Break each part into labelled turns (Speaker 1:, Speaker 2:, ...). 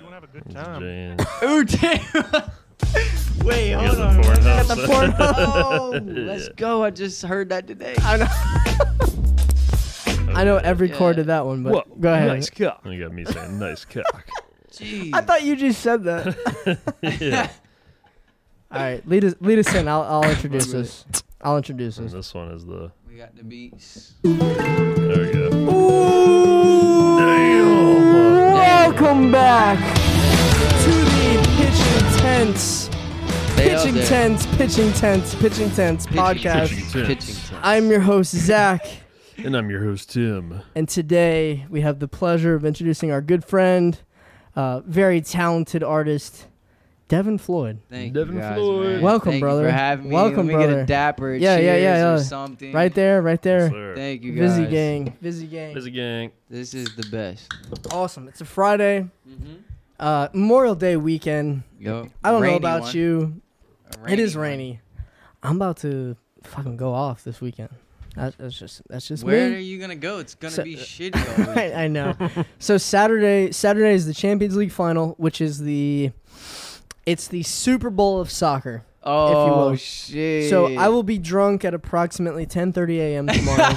Speaker 1: gonna have a good time.
Speaker 2: Jan.
Speaker 3: Ooh, Oh, damn. Wait,
Speaker 2: He has
Speaker 3: hold
Speaker 2: a
Speaker 3: on. I got the
Speaker 2: Pornhub
Speaker 3: Pornhub.
Speaker 2: sub.
Speaker 3: Let's
Speaker 2: Yeah.
Speaker 3: go. I just heard that today.
Speaker 4: I know, I know every chord to that one, but
Speaker 2: Whoa,
Speaker 4: go ahead.
Speaker 2: Nice cock. You got me saying nice cock.
Speaker 3: Jeez.
Speaker 4: I thought you just said that.
Speaker 2: yeah.
Speaker 4: All right, lead us, lead us in. I'll, I'll introduce
Speaker 3: Wait a
Speaker 4: us. I'll introduce
Speaker 2: And
Speaker 4: us.
Speaker 2: this one is the.
Speaker 3: we got the beats.
Speaker 2: There we go.
Speaker 4: Welcome back to the Pitching Tents, Pitching Tents, Pitching Tents, Pitching Tents podcast.
Speaker 2: Pitching Tents.
Speaker 4: I'm your host, Zach,
Speaker 2: And I'm your host, Tim.
Speaker 4: and today we have the pleasure of introducing our good friend, uh, very talented artist, Devin Floyd.
Speaker 3: Thank
Speaker 2: Devin
Speaker 3: you guys,
Speaker 2: Floyd.
Speaker 3: man.
Speaker 4: Welcome,
Speaker 3: Thank
Speaker 4: brother.
Speaker 3: You for having me. Let
Speaker 4: Welcome,
Speaker 3: me Get
Speaker 4: brother.
Speaker 3: a dapper.
Speaker 4: Yeah, yeah,
Speaker 3: cheers
Speaker 4: yeah,
Speaker 3: Or
Speaker 4: yeah.
Speaker 3: something.
Speaker 4: Right there, right
Speaker 2: Yes,
Speaker 4: there.
Speaker 2: sir.
Speaker 3: Thank you, guys.
Speaker 4: Busy gang, busy gang.
Speaker 2: Busy gang.
Speaker 3: This is the best.
Speaker 4: Awesome. It's a Friday,
Speaker 3: Mm-hmm.
Speaker 4: uh, Memorial Day weekend.
Speaker 3: Yo,
Speaker 4: I don't
Speaker 3: rainy
Speaker 4: know about
Speaker 3: one.
Speaker 4: you.
Speaker 3: A
Speaker 4: It is
Speaker 3: rainy one.
Speaker 4: rainy. I'm about to fucking go off this weekend. That, that's just that's just
Speaker 3: Where
Speaker 4: me.
Speaker 3: are you gonna go? It's gonna
Speaker 4: So-
Speaker 3: be shitty. all week.
Speaker 4: I, I know. so Saturday, Saturday is the Champions League final, which is the it's the Super Bowl of soccer.
Speaker 3: Oh
Speaker 4: will.
Speaker 3: shit!
Speaker 4: So I will be drunk at approximately 10:30 a.m. tomorrow,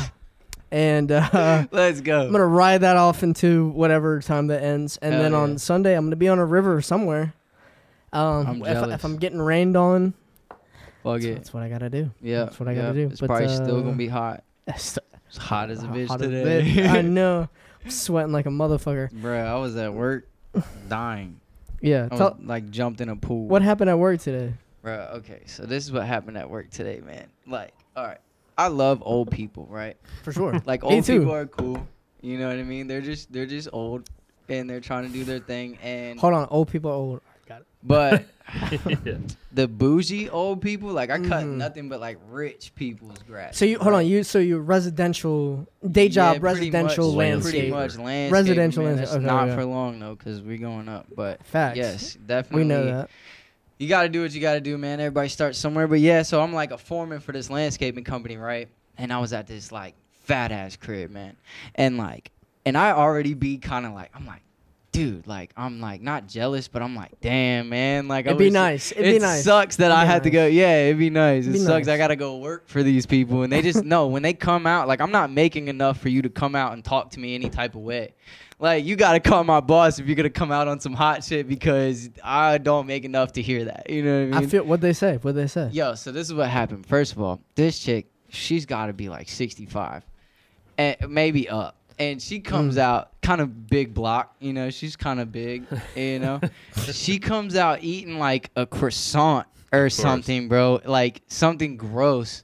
Speaker 4: and uh,
Speaker 3: Let's go.
Speaker 4: I'm gonna ride that off into whatever time that ends. And
Speaker 3: Hell
Speaker 4: then
Speaker 3: yeah.
Speaker 4: on Sunday, I'm gonna be on a river somewhere. Um,
Speaker 3: I'm
Speaker 4: if, I-
Speaker 3: jealous.
Speaker 4: if I'm getting rained on,
Speaker 3: Fuck
Speaker 4: that's,
Speaker 3: it.
Speaker 4: that's what I gotta do.
Speaker 3: yeah,
Speaker 4: that's what I
Speaker 3: yeah.
Speaker 4: gotta do,
Speaker 3: It's
Speaker 4: but,
Speaker 3: probably still
Speaker 4: uh,
Speaker 3: gonna be hot. It's hot as a bitch
Speaker 4: Hot as a
Speaker 3: today,
Speaker 4: bitch. I know. I'm sweating like a motherfucker.
Speaker 3: bro. I was at work, dying.
Speaker 4: Yeah.
Speaker 3: I was,
Speaker 4: Tell,
Speaker 3: like jumped in a pool.
Speaker 4: what happened at work today?
Speaker 3: Bro, okay, so this is what happened at work today, man. Like, all right, I love old people, right?
Speaker 4: For sure.
Speaker 3: Like
Speaker 4: Me
Speaker 3: old
Speaker 4: too.
Speaker 3: people are cool. You know what I mean? They're just they're just old, and they're trying to do their thing. And
Speaker 4: Hold on. Old people are old.
Speaker 3: but
Speaker 2: Yeah.
Speaker 3: the bougie old people, like I cut
Speaker 4: Mhm.
Speaker 3: nothing but like rich people's grass.
Speaker 4: So you hold on. You so you residential day job residential
Speaker 2: much,
Speaker 4: landscape.
Speaker 3: Pretty much landscape.
Speaker 4: Residential
Speaker 3: man.
Speaker 4: landscape,
Speaker 3: That's
Speaker 4: okay,
Speaker 3: not
Speaker 4: yeah.
Speaker 3: for long though, because we're going up. But
Speaker 4: Facts.
Speaker 3: yes, definitely.
Speaker 4: We know that.
Speaker 3: You got to do what you got to do, man. Everybody starts somewhere. But yeah, so I'm like a foreman for this landscaping company, right? And I was at this like fat ass crib, man, and like, and I already be kind of like, I'm like. Dude, like I'm like not jealous, but I'm like, damn, man, like I
Speaker 4: It'd be
Speaker 3: wish-
Speaker 4: nice. It'd
Speaker 3: it
Speaker 4: be nice.
Speaker 3: sucks that
Speaker 4: It'd
Speaker 3: I
Speaker 4: be
Speaker 3: had to go.
Speaker 4: nice.
Speaker 3: Yeah, it'd be nice.
Speaker 4: It'd
Speaker 3: it
Speaker 4: be
Speaker 3: sucks. I
Speaker 4: nice.
Speaker 3: gotta go work for these people, and they just know when they come out. Like I'm not making enough for you to come out and talk to me any type of way. Like you gotta call my boss if you're gonna come out on some hot shit because I don't make enough to hear that. You know what I
Speaker 4: I
Speaker 3: mean?
Speaker 4: feel what they say. What they say.
Speaker 3: Yo, so this is what happened. First of all, this chick, she's got to be like 65, and maybe up. And she comes
Speaker 4: Mm.
Speaker 3: out kind of big block, you know. She's kind of big, you know. she comes out eating like a croissant or something, bro. Like something gross.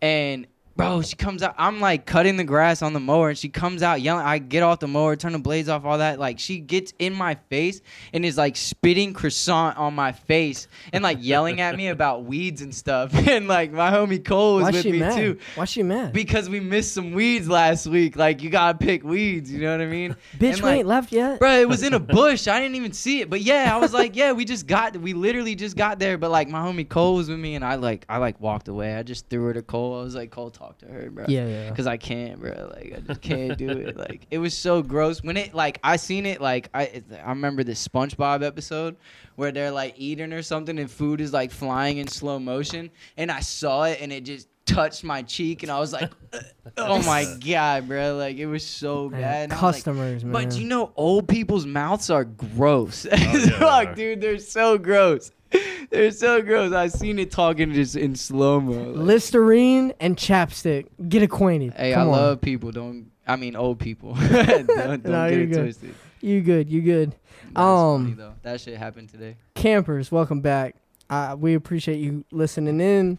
Speaker 3: And bro, she comes out. I'm like cutting the grass on the mower, and she comes out yelling. I get off the mower, turn the blades off, all that. Like she gets in my face and is like spitting croissant on my face and like yelling at me about weeds and stuff. And like my homie Cole was
Speaker 4: Why
Speaker 3: with
Speaker 4: she
Speaker 3: me
Speaker 4: mad?
Speaker 3: too.
Speaker 4: Why she mad?
Speaker 3: Because we missed some weeds last week. Like you gotta pick weeds, you know what I mean?
Speaker 4: Bitch,
Speaker 3: And,
Speaker 4: we
Speaker 3: like,
Speaker 4: ain't left yet.
Speaker 3: Bro, it was in a bush. I didn't even see it. But yeah, I was like, yeah, we just got, we literally just got there. But like, my homie Cole was with me, and I like, I like walked away. I just threw her to Cole. I was like, Cole, talk to her, bro.
Speaker 4: Yeah, yeah.
Speaker 3: Cause I can't, bro. Like, I just can't do it. Like, it was so gross. When it, like, I seen it, like, I, it- I remember this SpongeBob episode where they're like eating or something, and food is like flying in slow motion, and I saw it, and it just touched my cheek, and I was like, oh my god, bro. Like, it was so
Speaker 4: Man,
Speaker 3: bad. And I was like,
Speaker 4: customers, man.
Speaker 3: but you know, old people's mouths are
Speaker 4: Oh,
Speaker 3: gross.
Speaker 2: yeah, they
Speaker 3: Fuck,
Speaker 2: are.
Speaker 3: dude, they're so gross. They're so gross. I seen it talking just in slow mo.
Speaker 4: Listerine and chapstick. Get acquainted.
Speaker 3: hey,
Speaker 4: Come
Speaker 3: I
Speaker 4: on.
Speaker 3: love people. Don't I mean old people? don't don't
Speaker 4: No,
Speaker 3: get
Speaker 4: you're
Speaker 3: it
Speaker 4: good.
Speaker 3: twisted.
Speaker 4: you. Good. You good.
Speaker 3: That's funny,
Speaker 4: Um,
Speaker 3: though. that shit happened today.
Speaker 4: campers welcome back uh, we appreciate you listening in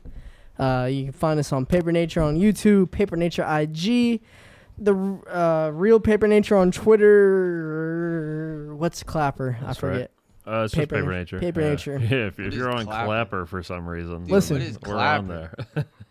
Speaker 4: uh, you can find us on paper nature on youtube paper nature ig the uh, real paper nature on twitter what's clapper i
Speaker 2: That's
Speaker 4: forget
Speaker 2: right. Uh, it's
Speaker 4: Paper
Speaker 2: just paper
Speaker 4: Nat-
Speaker 2: nature.
Speaker 4: Paper
Speaker 2: yeah.
Speaker 4: Nature.
Speaker 2: Yeah, if, if
Speaker 3: is
Speaker 2: you're on
Speaker 3: Clapper?
Speaker 2: Clapper? for some reason,
Speaker 4: Listen.
Speaker 2: we're
Speaker 4: what
Speaker 3: is
Speaker 2: on
Speaker 3: Clapper?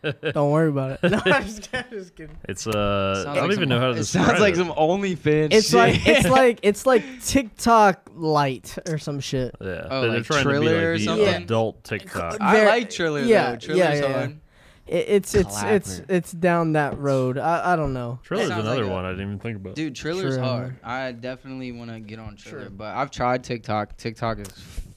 Speaker 2: there.
Speaker 4: don't worry about it no, I'm just kidding, I'm just kidding.
Speaker 2: It's uh,
Speaker 3: Sounds
Speaker 2: I
Speaker 3: like
Speaker 2: don't even
Speaker 3: some-
Speaker 2: know how to
Speaker 3: It
Speaker 2: describe
Speaker 3: sounds like
Speaker 2: it.
Speaker 3: some OnlyFans.
Speaker 4: it's
Speaker 3: shit.
Speaker 4: like it's like it's like tiktok light or some shit
Speaker 2: Yeah,
Speaker 3: Oh,
Speaker 2: they're
Speaker 3: like
Speaker 2: trying
Speaker 3: Triller
Speaker 2: to be
Speaker 3: or
Speaker 2: like the
Speaker 3: something?
Speaker 2: adult TikTok.
Speaker 3: I
Speaker 4: Very-
Speaker 3: like Triller
Speaker 4: yeah,
Speaker 3: though.
Speaker 4: yeah,
Speaker 3: Triller's
Speaker 4: yeah.
Speaker 3: on.
Speaker 4: It, it's it's it's
Speaker 3: Clapper.
Speaker 4: it's down that road. I I don't know.
Speaker 2: Triller's
Speaker 3: sounds
Speaker 2: another
Speaker 3: like a-
Speaker 2: one I didn't even think about.
Speaker 3: Dude, Triller's
Speaker 4: True.
Speaker 3: hard. I definitely want to get on Triller,
Speaker 4: Sure.
Speaker 3: but I've tried TikTok. TikTok is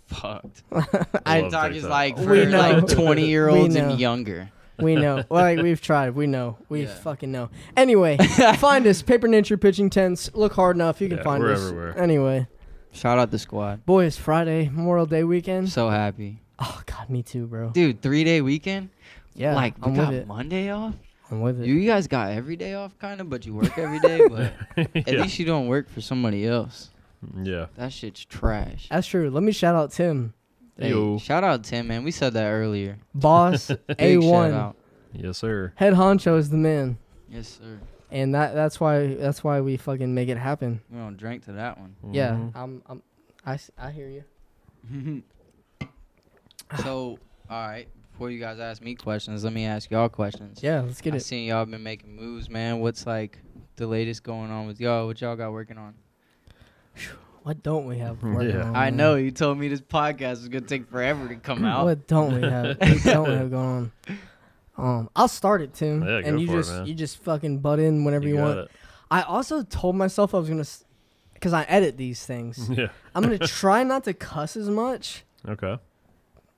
Speaker 3: fucked.
Speaker 2: I
Speaker 4: I
Speaker 2: love
Speaker 3: TikTok is
Speaker 2: TikTok.
Speaker 3: like for
Speaker 4: We know.
Speaker 3: like 20 year olds
Speaker 4: We know.
Speaker 3: and younger.
Speaker 4: we know. Like we've tried. We know. We
Speaker 3: Yeah.
Speaker 4: fucking know. Anyway, find us paper nature pitching tents. Look hard enough. You can
Speaker 2: Yeah,
Speaker 4: find
Speaker 2: we're
Speaker 4: us
Speaker 2: everywhere.
Speaker 4: Anyway,
Speaker 3: Shout out the squad.
Speaker 4: boy, it's Friday Memorial Day weekend.
Speaker 3: So happy.
Speaker 4: Oh God, me too, bro.
Speaker 3: Dude, three day weekend?
Speaker 4: Yeah,
Speaker 3: like, we
Speaker 4: I'm
Speaker 3: got
Speaker 4: with it.
Speaker 3: Monday off?
Speaker 4: I'm with it.
Speaker 3: You guys got every day off, kind of, but you work every day. But at
Speaker 2: yeah.
Speaker 3: least you don't work for somebody else.
Speaker 2: yeah.
Speaker 3: That shit's trash.
Speaker 4: That's true. Let me shout out Tim,
Speaker 3: Hey,
Speaker 2: Yo.
Speaker 3: shout out Tim, man. We said that earlier.
Speaker 4: boss
Speaker 3: Big shout
Speaker 4: A1,
Speaker 3: out.
Speaker 2: Yes, sir.
Speaker 4: head honcho is the man,
Speaker 3: Yes, sir.
Speaker 4: and that that's why that's why we fucking make it happen.
Speaker 3: We don't drink to that one.
Speaker 4: Yeah,
Speaker 2: Mhm.
Speaker 4: I'm, I'm I, s- I hear you.
Speaker 3: so, all right. Before you guys ask me questions, let me ask y'all questions.
Speaker 4: Yeah, let's get
Speaker 3: I
Speaker 4: it.
Speaker 3: seen y'all been making moves, man. What's like the latest going on with y'all? What y'all got working on?
Speaker 4: What don't we have? working
Speaker 2: Yeah.
Speaker 4: on,
Speaker 3: I
Speaker 4: man?
Speaker 3: know you told me this podcast was gonna take forever to come out.
Speaker 4: What don't we have? what don't we have going on? Um, I'll start it, Tim,
Speaker 2: Yeah, go
Speaker 4: and you
Speaker 2: for it,
Speaker 4: just
Speaker 2: man.
Speaker 4: you just fucking butt in whenever you,
Speaker 2: got
Speaker 4: want. I also told myself I was gonna, s- cause I edit these things.
Speaker 2: it.
Speaker 4: I'm gonna try not to cuss as much,
Speaker 2: Yeah. Okay.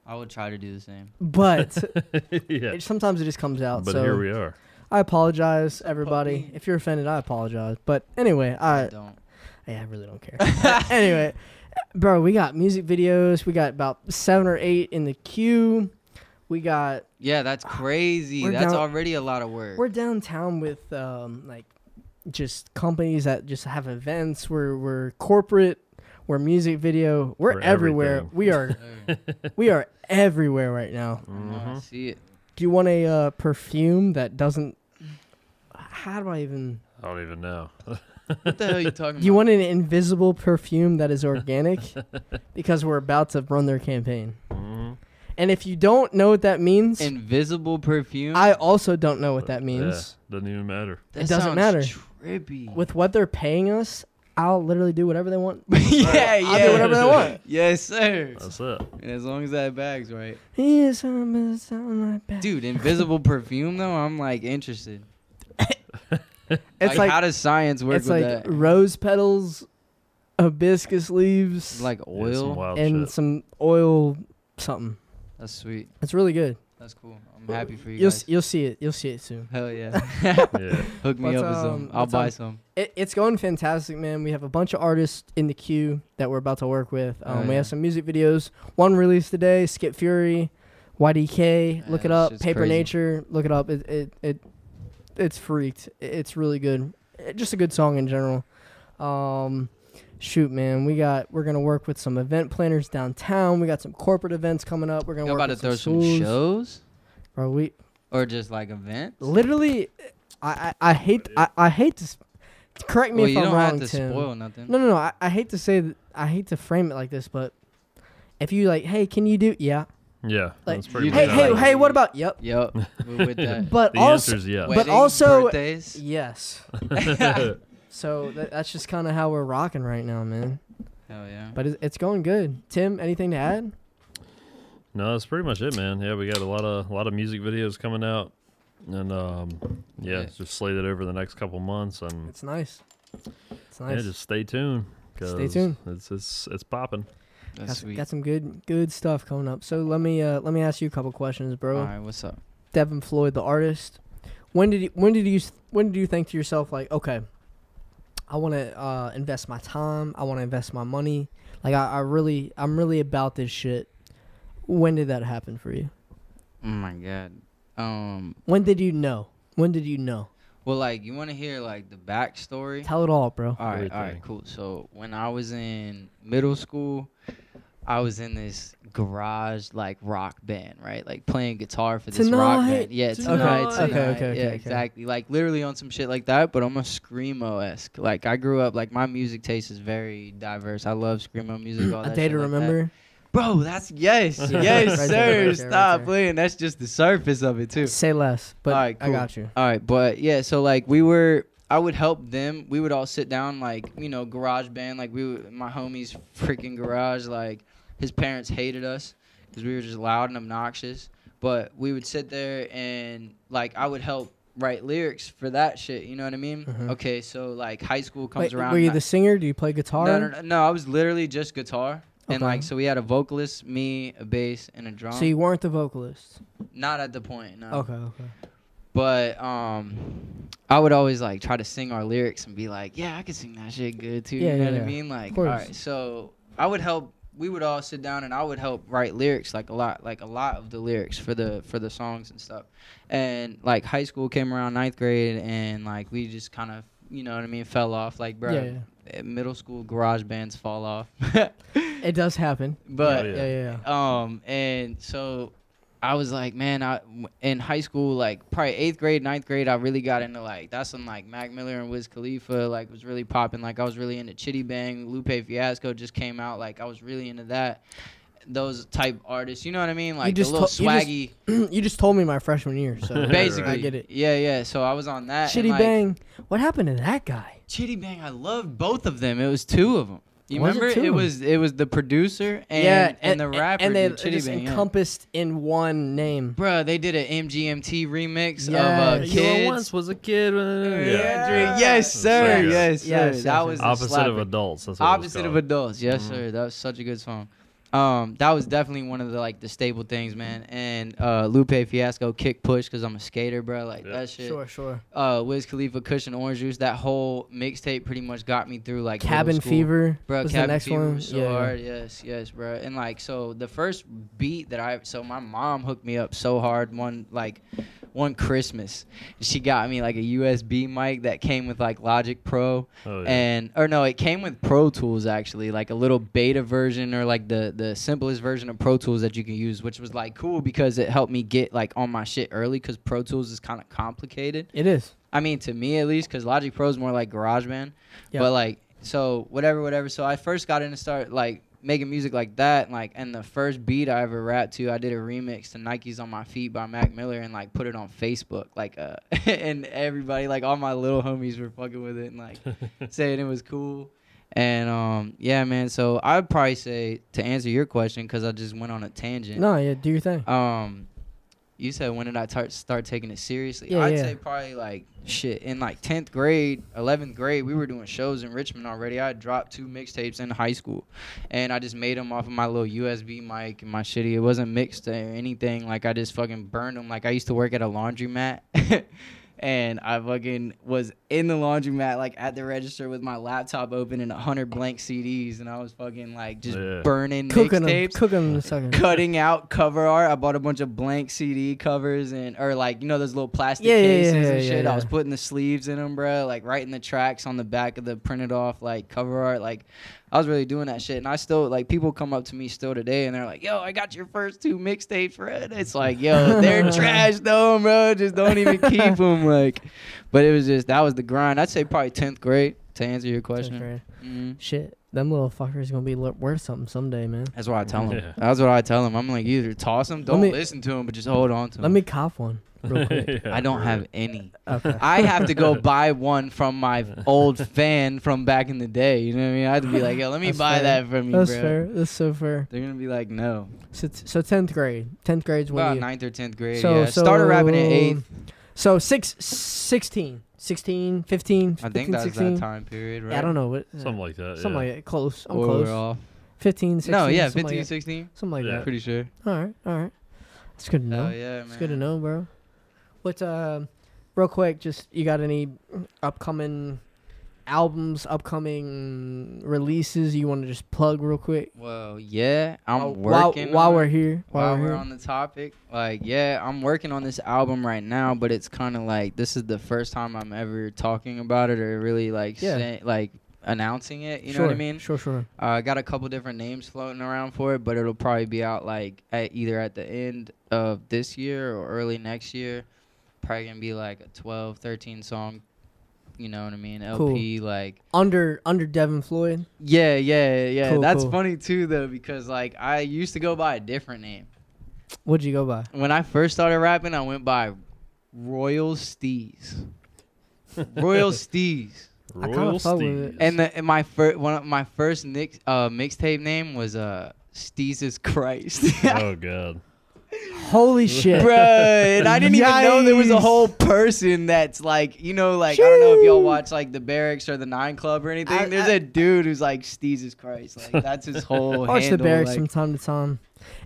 Speaker 3: I would try to do the same.
Speaker 4: but
Speaker 2: yeah.
Speaker 4: it, sometimes it just comes out.
Speaker 2: But
Speaker 4: so
Speaker 2: here we are.
Speaker 4: I apologize, everybody. If you're offended, I apologize. But anyway,
Speaker 3: I
Speaker 4: I
Speaker 3: don't.
Speaker 4: yeah, I really don't care. anyway, bro, we got music videos. We got about seven or eight in the queue. We got
Speaker 3: Yeah, that's crazy.
Speaker 4: We're
Speaker 3: That's
Speaker 4: down-
Speaker 3: already a lot of work.
Speaker 4: we're downtown with um like just companies that just have events. We're we're corporate. We're music video. We're,
Speaker 2: We're
Speaker 4: everywhere.
Speaker 2: everything.
Speaker 4: We are
Speaker 3: Hey,
Speaker 4: we are everywhere right now.
Speaker 3: I know, I
Speaker 2: Mhm.
Speaker 3: see it.
Speaker 4: Do you want a uh, perfume that doesn't? How do I even?
Speaker 2: I don't even know.
Speaker 3: What the hell are you talking
Speaker 4: Do you
Speaker 3: about?
Speaker 4: want an invisible perfume that is organic? because we're about to run their campaign. Mm-hmm.
Speaker 2: Mhm.
Speaker 4: And if you don't know what that means,
Speaker 3: invisible perfume?
Speaker 4: I also don't know what that
Speaker 2: Yeah,
Speaker 4: means.
Speaker 2: doesn't even matter.
Speaker 3: That
Speaker 4: it
Speaker 3: sounds
Speaker 4: doesn't matter.
Speaker 3: Trippy.
Speaker 4: With what they're paying us, I'll literally do whatever they want.
Speaker 3: yeah, yeah.
Speaker 4: I'll do whatever they want.
Speaker 3: Yes, sir.
Speaker 2: That's it.
Speaker 3: And as long as that bag's right,
Speaker 4: Yes, I'm a- I'm a bad-
Speaker 3: dude. Invisible perfume though, I'm like interested.
Speaker 4: It's like,
Speaker 3: how does science work
Speaker 4: it's
Speaker 3: with
Speaker 4: like
Speaker 3: that?
Speaker 4: rose petals, hibiscus leaves,
Speaker 3: like oh,
Speaker 2: Yeah, some
Speaker 3: oil.
Speaker 2: wild
Speaker 4: and
Speaker 2: shit.
Speaker 4: some oil something.
Speaker 3: That's sweet.
Speaker 4: It's really good.
Speaker 3: That's cool. I'm happy for you
Speaker 4: You'll
Speaker 3: guys.
Speaker 4: s- you'll see it. You'll see it soon.
Speaker 3: Hell yeah.
Speaker 2: Yeah.
Speaker 3: Hook me
Speaker 4: What's,
Speaker 3: up with some.
Speaker 4: um,
Speaker 3: I'll
Speaker 4: what's
Speaker 3: buy
Speaker 4: on-
Speaker 3: some.
Speaker 4: It, it's going fantastic, man. We have a bunch of artists in the queue that we're about to work with.
Speaker 3: Oh,
Speaker 4: Um, We
Speaker 3: yeah.
Speaker 4: have some music videos. One released today. Skip Fury, YDK.
Speaker 3: Yeah,
Speaker 4: look it
Speaker 3: that
Speaker 4: up.
Speaker 3: shit's
Speaker 4: Paper
Speaker 3: crazy.
Speaker 4: Nature. Look it up. It it, it it's freaked. It- it's really good. It- just a good song in general. Um, shoot, man. We got we're gonna work with some event planners downtown. We got some corporate events coming up. We're gonna
Speaker 3: You
Speaker 4: work
Speaker 3: about to
Speaker 4: with
Speaker 3: throw
Speaker 4: some
Speaker 3: some
Speaker 4: schools.
Speaker 3: shows
Speaker 4: Bro, we
Speaker 3: or just like events?
Speaker 4: literally. I I, I hate I, I hate to. s- Correct me
Speaker 3: well,
Speaker 4: if
Speaker 3: you
Speaker 4: I'm
Speaker 3: don't
Speaker 4: wrong,
Speaker 3: have to
Speaker 4: Tim.
Speaker 3: spoil nothing.
Speaker 4: No, no, no. I, I hate to say, th- I hate to frame it like this, but if you like, hey, can you do? Yeah.
Speaker 2: Yeah.
Speaker 4: Like,
Speaker 2: that's pretty
Speaker 3: you
Speaker 2: much
Speaker 4: Hey,
Speaker 3: Yeah,
Speaker 4: hey,
Speaker 2: it.
Speaker 3: like-
Speaker 4: hey. What about? Yep.
Speaker 3: Yup. We're with that.
Speaker 4: But
Speaker 2: The
Speaker 4: also,
Speaker 2: answer's yeah.
Speaker 4: Wait. also-
Speaker 3: birthdays.
Speaker 4: yes. So tha- that's just kind of how we're rocking right now, man.
Speaker 3: Hell yeah.
Speaker 4: But it's, it's going good. Tim, anything to add?
Speaker 2: No, that's pretty much it, man. Yeah, we got a lot of a lot of music videos coming out, and um, yeah,
Speaker 3: Yeah.
Speaker 2: just slated over the next couple months, and
Speaker 4: It's nice. It's nice.
Speaker 2: yeah, just stay tuned.
Speaker 4: Stay
Speaker 2: 'cause
Speaker 4: tuned.
Speaker 2: It's it's it's popping.
Speaker 3: That's
Speaker 4: got, s-
Speaker 3: sweet.
Speaker 4: got some good good stuff coming up. So let me uh, let me ask you a couple questions, bro.
Speaker 3: All right, what's up?
Speaker 4: Devin Floyd, the artist. When did you, when did you s- when did you think to yourself like, okay, I want to uh, invest my time, I want to invest my money, like I, I really I'm really about this shit. When did that happen for you?
Speaker 3: Oh my god. Um.
Speaker 4: When did you know? When did you know?
Speaker 3: Well, like, you want to hear like the backstory?
Speaker 4: Tell it all, bro.
Speaker 3: All right, all right,
Speaker 2: Everything.
Speaker 3: cool. So when I was in middle school, I was in this garage like rock band, right? Like playing guitar for this rock
Speaker 4: Tonight,
Speaker 3: band. Yeah,
Speaker 4: tonight.
Speaker 3: tonight,
Speaker 4: Okay, okay,
Speaker 3: tonight.
Speaker 4: okay,
Speaker 3: yeah,
Speaker 4: okay.
Speaker 3: exactly. Like literally on some shit like that, but I'm a screamo esque. Like I grew up like my music taste is very diverse. I love screamo music. All
Speaker 4: A
Speaker 3: that
Speaker 4: day
Speaker 3: shit
Speaker 4: to
Speaker 3: like that.
Speaker 4: remember.
Speaker 3: bro. That's yes,
Speaker 2: Yeah,
Speaker 3: yes, sir.
Speaker 4: right there, right there, right
Speaker 3: Stop
Speaker 4: there.
Speaker 3: playing. That's just the surface of it too.
Speaker 4: Say less, but
Speaker 3: All right,
Speaker 4: I
Speaker 3: cool.
Speaker 4: got you.
Speaker 3: All right, but yeah, so like we were, I would help them. We would all sit down, like you know, garage band. Like we, would, my homie's freaking garage. Like his parents hated us because we were just loud and obnoxious. But we would sit there and like I would help write lyrics for that shit. You know what I mean?
Speaker 4: Mhm.
Speaker 3: Okay, so like high school comes
Speaker 4: Wait,
Speaker 3: around.
Speaker 4: were you
Speaker 3: and I-
Speaker 4: the singer? Do you play guitar?
Speaker 3: no, no, no, no, I was literally just guitar. And
Speaker 4: Okay.
Speaker 3: like so we had a vocalist, me, a bass, and a drum.
Speaker 4: So you weren't the vocalist.
Speaker 3: Not at the point, no.
Speaker 4: Okay, okay.
Speaker 3: But um I would always like try to sing our lyrics and be like, Yeah, I could sing that shit good too.
Speaker 4: Yeah,
Speaker 3: you know
Speaker 4: yeah,
Speaker 3: what
Speaker 4: yeah.
Speaker 3: I mean? Like all
Speaker 4: course.
Speaker 3: right, so I would help we would all sit down and I would help write lyrics like a lot like a lot of the lyrics for the for the songs and stuff. And like high school came around ninth grade and like we just kind of you know what I mean, fell off. Like bro
Speaker 4: Yeah, yeah.
Speaker 3: middle school garage bands fall off.
Speaker 4: It does happen.
Speaker 3: but
Speaker 2: Yeah.
Speaker 4: Yeah, yeah, yeah.
Speaker 3: um and so i was like man i in high school like probably eighth grade ninth grade i really got into like that's when like mac miller and wiz khalifa like was really popping like i was really into chitty bang lupe fiasco just came out like i was really into that those type artists you know what i mean like the
Speaker 4: just
Speaker 3: little
Speaker 4: to- you just-
Speaker 3: swaggy
Speaker 4: you just told me my freshman year, so
Speaker 3: basically
Speaker 4: I get it.
Speaker 3: yeah yeah so i was on that and,
Speaker 4: Shitty
Speaker 3: like,
Speaker 4: bang. What happened to that guy?
Speaker 3: chitty bang i loved both of them it was two of them you
Speaker 4: Was it
Speaker 3: remember
Speaker 4: two
Speaker 3: it
Speaker 4: of 'em?
Speaker 3: was it was the producer and and, the rapper
Speaker 4: and they
Speaker 3: dude, chitty
Speaker 4: just
Speaker 3: bang yeah.
Speaker 4: encompassed in one name.
Speaker 3: Bruh, they did an MGMT remix of uh,
Speaker 4: Yes.
Speaker 2: You were
Speaker 3: kids.
Speaker 2: once was a kid.
Speaker 3: Yeah.
Speaker 2: when-
Speaker 4: uh, Yeah.
Speaker 3: Yes, sir.
Speaker 2: Yeah.
Speaker 3: Yes, sir.
Speaker 4: Yes, yes,
Speaker 3: that
Speaker 4: yes.
Speaker 3: was the
Speaker 2: Opposite of
Speaker 3: slapper.
Speaker 2: adults. That's what it was
Speaker 3: opposite of
Speaker 2: called.
Speaker 3: adults. Yes,
Speaker 2: Mhm.
Speaker 3: sir. That was such a good song. Um, that was definitely one of the like the staple things, man. And uh, Lupe Fiasco, kick push, because I'm a skater, bro. Like
Speaker 2: Yeah.
Speaker 3: that shit.
Speaker 4: Sure, sure.
Speaker 3: Uh, Wiz Khalifa, Cushion Orange Juice. That whole mixtape pretty much got me through like middle
Speaker 4: Cabin
Speaker 3: school.
Speaker 4: Fever
Speaker 3: Bro,
Speaker 4: was
Speaker 3: Cabin
Speaker 4: the next
Speaker 3: Fever
Speaker 4: one.
Speaker 3: was so hard. Yes, yes, bro. And like, so the first beat that I, so my mom hooked me up so hard one like, one Christmas, she got me like a USB mic that came with like Logic Pro
Speaker 2: Oh, yeah.
Speaker 3: and or no, it came with Pro Tools actually, like a little beta version or like the the simplest version of Pro Tools that you can use, which was like cool because it helped me get like on my shit early because Pro Tools is kind of complicated.
Speaker 4: It is.
Speaker 3: I mean, to me at least, because Logic Pro is more like GarageBand.
Speaker 4: Yeah.
Speaker 3: But like, so whatever, whatever. So I first got in and start like making music like that, and like, and the first beat I ever rapped to, I did a remix to "Nikes on My Feet" by Mac Miller, and like put it on Facebook, like, uh, and everybody, like, all my little homies were fucking with it, and like, saying it was cool. And um, yeah, man. So I'd probably say to answer your question, because I just went on a tangent.
Speaker 4: No, yeah, do your thing.
Speaker 3: Um, you said when did I tar- start taking it seriously?
Speaker 4: Yeah,
Speaker 3: I'd
Speaker 4: yeah.
Speaker 3: say probably like shit in like tenth grade, eleventh grade. We were doing shows in Richmond already. I had dropped two mixtapes in high school, and I just made them off of my little USB mic and my shitty. It wasn't mixed or anything. Like I just fucking burned them. Like I used to work at a laundromat. And I fucking was in the laundromat, like at the register with my laptop open and a hundred blank CDs, and I was fucking like just
Speaker 2: Yeah.
Speaker 3: burning
Speaker 4: Cooking them,
Speaker 3: mixtapes
Speaker 4: cooking them in a second.
Speaker 3: cutting out cover art. I bought a bunch of blank CD covers and or like you know those little plastic
Speaker 4: Yeah, yeah,
Speaker 3: cases
Speaker 4: yeah,
Speaker 3: and
Speaker 4: yeah,
Speaker 3: shit.
Speaker 4: yeah.
Speaker 3: I was putting the sleeves in them, bro. Like writing the tracks on the back of the printed off like cover art. Like I was really doing that shit, and I still like people come up to me still today and they're like, "Yo, I got your first two mixtapes, Fred." It's like, yo, they're trash though, bro. Just don't even keep them. Like, but it was just that was the grind. I'd say probably tenth grade to answer your question.
Speaker 4: Right.
Speaker 3: Mhm.
Speaker 4: Shit, them little fuckers gonna be lo- worth something someday, man.
Speaker 3: That's what I tell them.
Speaker 2: Yeah.
Speaker 3: That's what I tell them. I'm like, either toss them, don't
Speaker 4: me-
Speaker 3: listen to them, but just hold on to them.
Speaker 4: Let me cop one real quick.
Speaker 2: Yeah,
Speaker 3: I don't
Speaker 2: for
Speaker 3: have
Speaker 2: real.
Speaker 3: any.
Speaker 4: okay.
Speaker 3: I have to go buy one from my old fan from back in the day. You know what I mean? I have to be like, yo, let me
Speaker 4: That's
Speaker 3: buy
Speaker 4: fair.
Speaker 3: that from you,
Speaker 4: That's
Speaker 3: bro.
Speaker 4: fair. That's so fair.
Speaker 3: They're gonna be like, no.
Speaker 4: So, so tenth grade. Tenth grade's when
Speaker 3: About
Speaker 4: you.
Speaker 3: ninth or tenth grade.
Speaker 4: So-
Speaker 3: yeah. Started rapping at
Speaker 4: so-
Speaker 3: eighth.
Speaker 4: So six, 16, 16, 15,
Speaker 3: I think
Speaker 4: 15,
Speaker 3: that's
Speaker 4: 16.
Speaker 3: that time period, right?
Speaker 4: Yeah, I don't know what.
Speaker 2: Something like that.
Speaker 4: Something
Speaker 2: yeah.
Speaker 4: like that. Close. I'm
Speaker 3: Or we're
Speaker 4: close.
Speaker 3: off.
Speaker 4: 15, 16.
Speaker 3: no, yeah,
Speaker 4: something
Speaker 3: 15,
Speaker 4: Like
Speaker 3: 16.
Speaker 4: that. Something like
Speaker 2: Yeah.
Speaker 4: that.
Speaker 3: Pretty sure.
Speaker 4: All right, all right. It's good to know.
Speaker 3: Oh yeah, man.
Speaker 4: It's good to know, bro. What, uh, real quick, just you got any upcoming albums, upcoming releases you want to just plug real quick?
Speaker 3: Well, yeah, I'm
Speaker 4: While-
Speaker 3: working.
Speaker 4: while, while
Speaker 3: on it.
Speaker 4: we're here.
Speaker 3: while
Speaker 4: we're
Speaker 3: we're
Speaker 4: here.
Speaker 3: on the topic, like, yeah, I'm working on this album right now, but it's kind of like this is the first time I'm ever talking about it or really like
Speaker 4: Yeah.
Speaker 3: say, like announcing it. You
Speaker 4: sure,
Speaker 3: know what I mean?
Speaker 4: Sure, sure.
Speaker 3: Uh, I got a couple different names floating around for it, but it'll probably be out like at either at the end of this year or early next year. Probably gonna be like a 12, 13 song. You know what I mean? LP like
Speaker 4: Under under Devin Floyd.
Speaker 3: yeah, yeah, yeah.
Speaker 4: Cool,
Speaker 3: That's
Speaker 4: cool.
Speaker 3: funny too though because like I used to go by a different name.
Speaker 4: What'd you go by?
Speaker 3: when I first started rapping, I went by Royal Steez. Royal Steez.
Speaker 4: I kinda
Speaker 2: Royal
Speaker 4: fuck with it.
Speaker 2: Steez.
Speaker 3: And, the, and my first one of my first nick, uh, mixtape name was uh Steez's Christ.
Speaker 2: oh god.
Speaker 4: Holy shit.
Speaker 3: Bruh, and I didn't even know there was a
Speaker 4: Yikes.
Speaker 3: whole person that's like, you know, like I don't know if y'all watch like the barracks or the nine club or anything.
Speaker 4: I-
Speaker 3: There's
Speaker 4: I-
Speaker 3: a dude who's like Jesus Christ, like that's his whole.
Speaker 4: I watch the
Speaker 3: handle,
Speaker 4: barracks
Speaker 3: like,
Speaker 4: from time to time.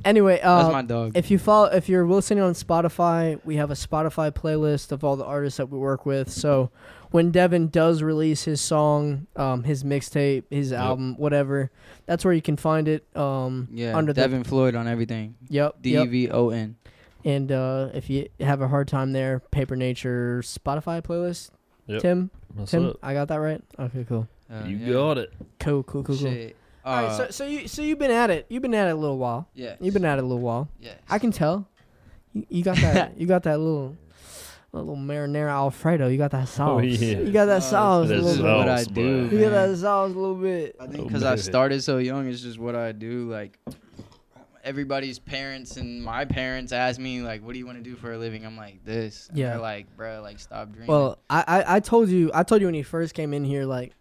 Speaker 4: Anyway,
Speaker 3: That's
Speaker 4: uh,
Speaker 3: my dog.
Speaker 4: if you follow, if you're listening on Spotify, we have a Spotify playlist of all the artists that we work with. So when Devin does release his song, um, his mixtape, his album, whatever, that's where you can find it. Um,
Speaker 3: yeah,
Speaker 4: under the
Speaker 3: Devin Floyd on everything.
Speaker 4: yep,
Speaker 3: D
Speaker 4: yep.
Speaker 3: E V O N.
Speaker 4: And uh, if you have a hard time there, Paper Nature Spotify playlist.
Speaker 2: Yep.
Speaker 4: Tim,
Speaker 2: What's
Speaker 4: Tim,
Speaker 2: up?
Speaker 4: I got that right. Okay, cool,
Speaker 3: Uh,
Speaker 2: you
Speaker 3: yeah.
Speaker 2: got it.
Speaker 4: cool, cool, cool, cool.
Speaker 3: Shit.
Speaker 4: All right,
Speaker 3: Uh,
Speaker 4: so so you so you've been at it. You've been at it a little while.
Speaker 3: yeah,
Speaker 4: You've been at it a little while.
Speaker 3: yeah.
Speaker 4: I can tell. You, you got that. you got that little, little marinara alfredo. You got that sauce.
Speaker 2: yeah.
Speaker 4: You got
Speaker 3: Oh,
Speaker 4: that sauce a
Speaker 2: That
Speaker 3: this
Speaker 4: little
Speaker 3: is what
Speaker 4: bit.
Speaker 2: sauce.
Speaker 3: I do.
Speaker 2: bruh.
Speaker 4: You got
Speaker 3: man.
Speaker 4: that sauce a little bit.
Speaker 3: I think
Speaker 2: Oh,
Speaker 3: because I
Speaker 2: man.
Speaker 3: started so young, it's just what I do. Like everybody's parents and my parents ask me, like, "What do you want to do for a living?" I'm like, "This." And
Speaker 4: Yeah.
Speaker 3: They're like, "Bro, like, stop dreaming."
Speaker 4: Well, I, I I told you I told you when you first came in here like,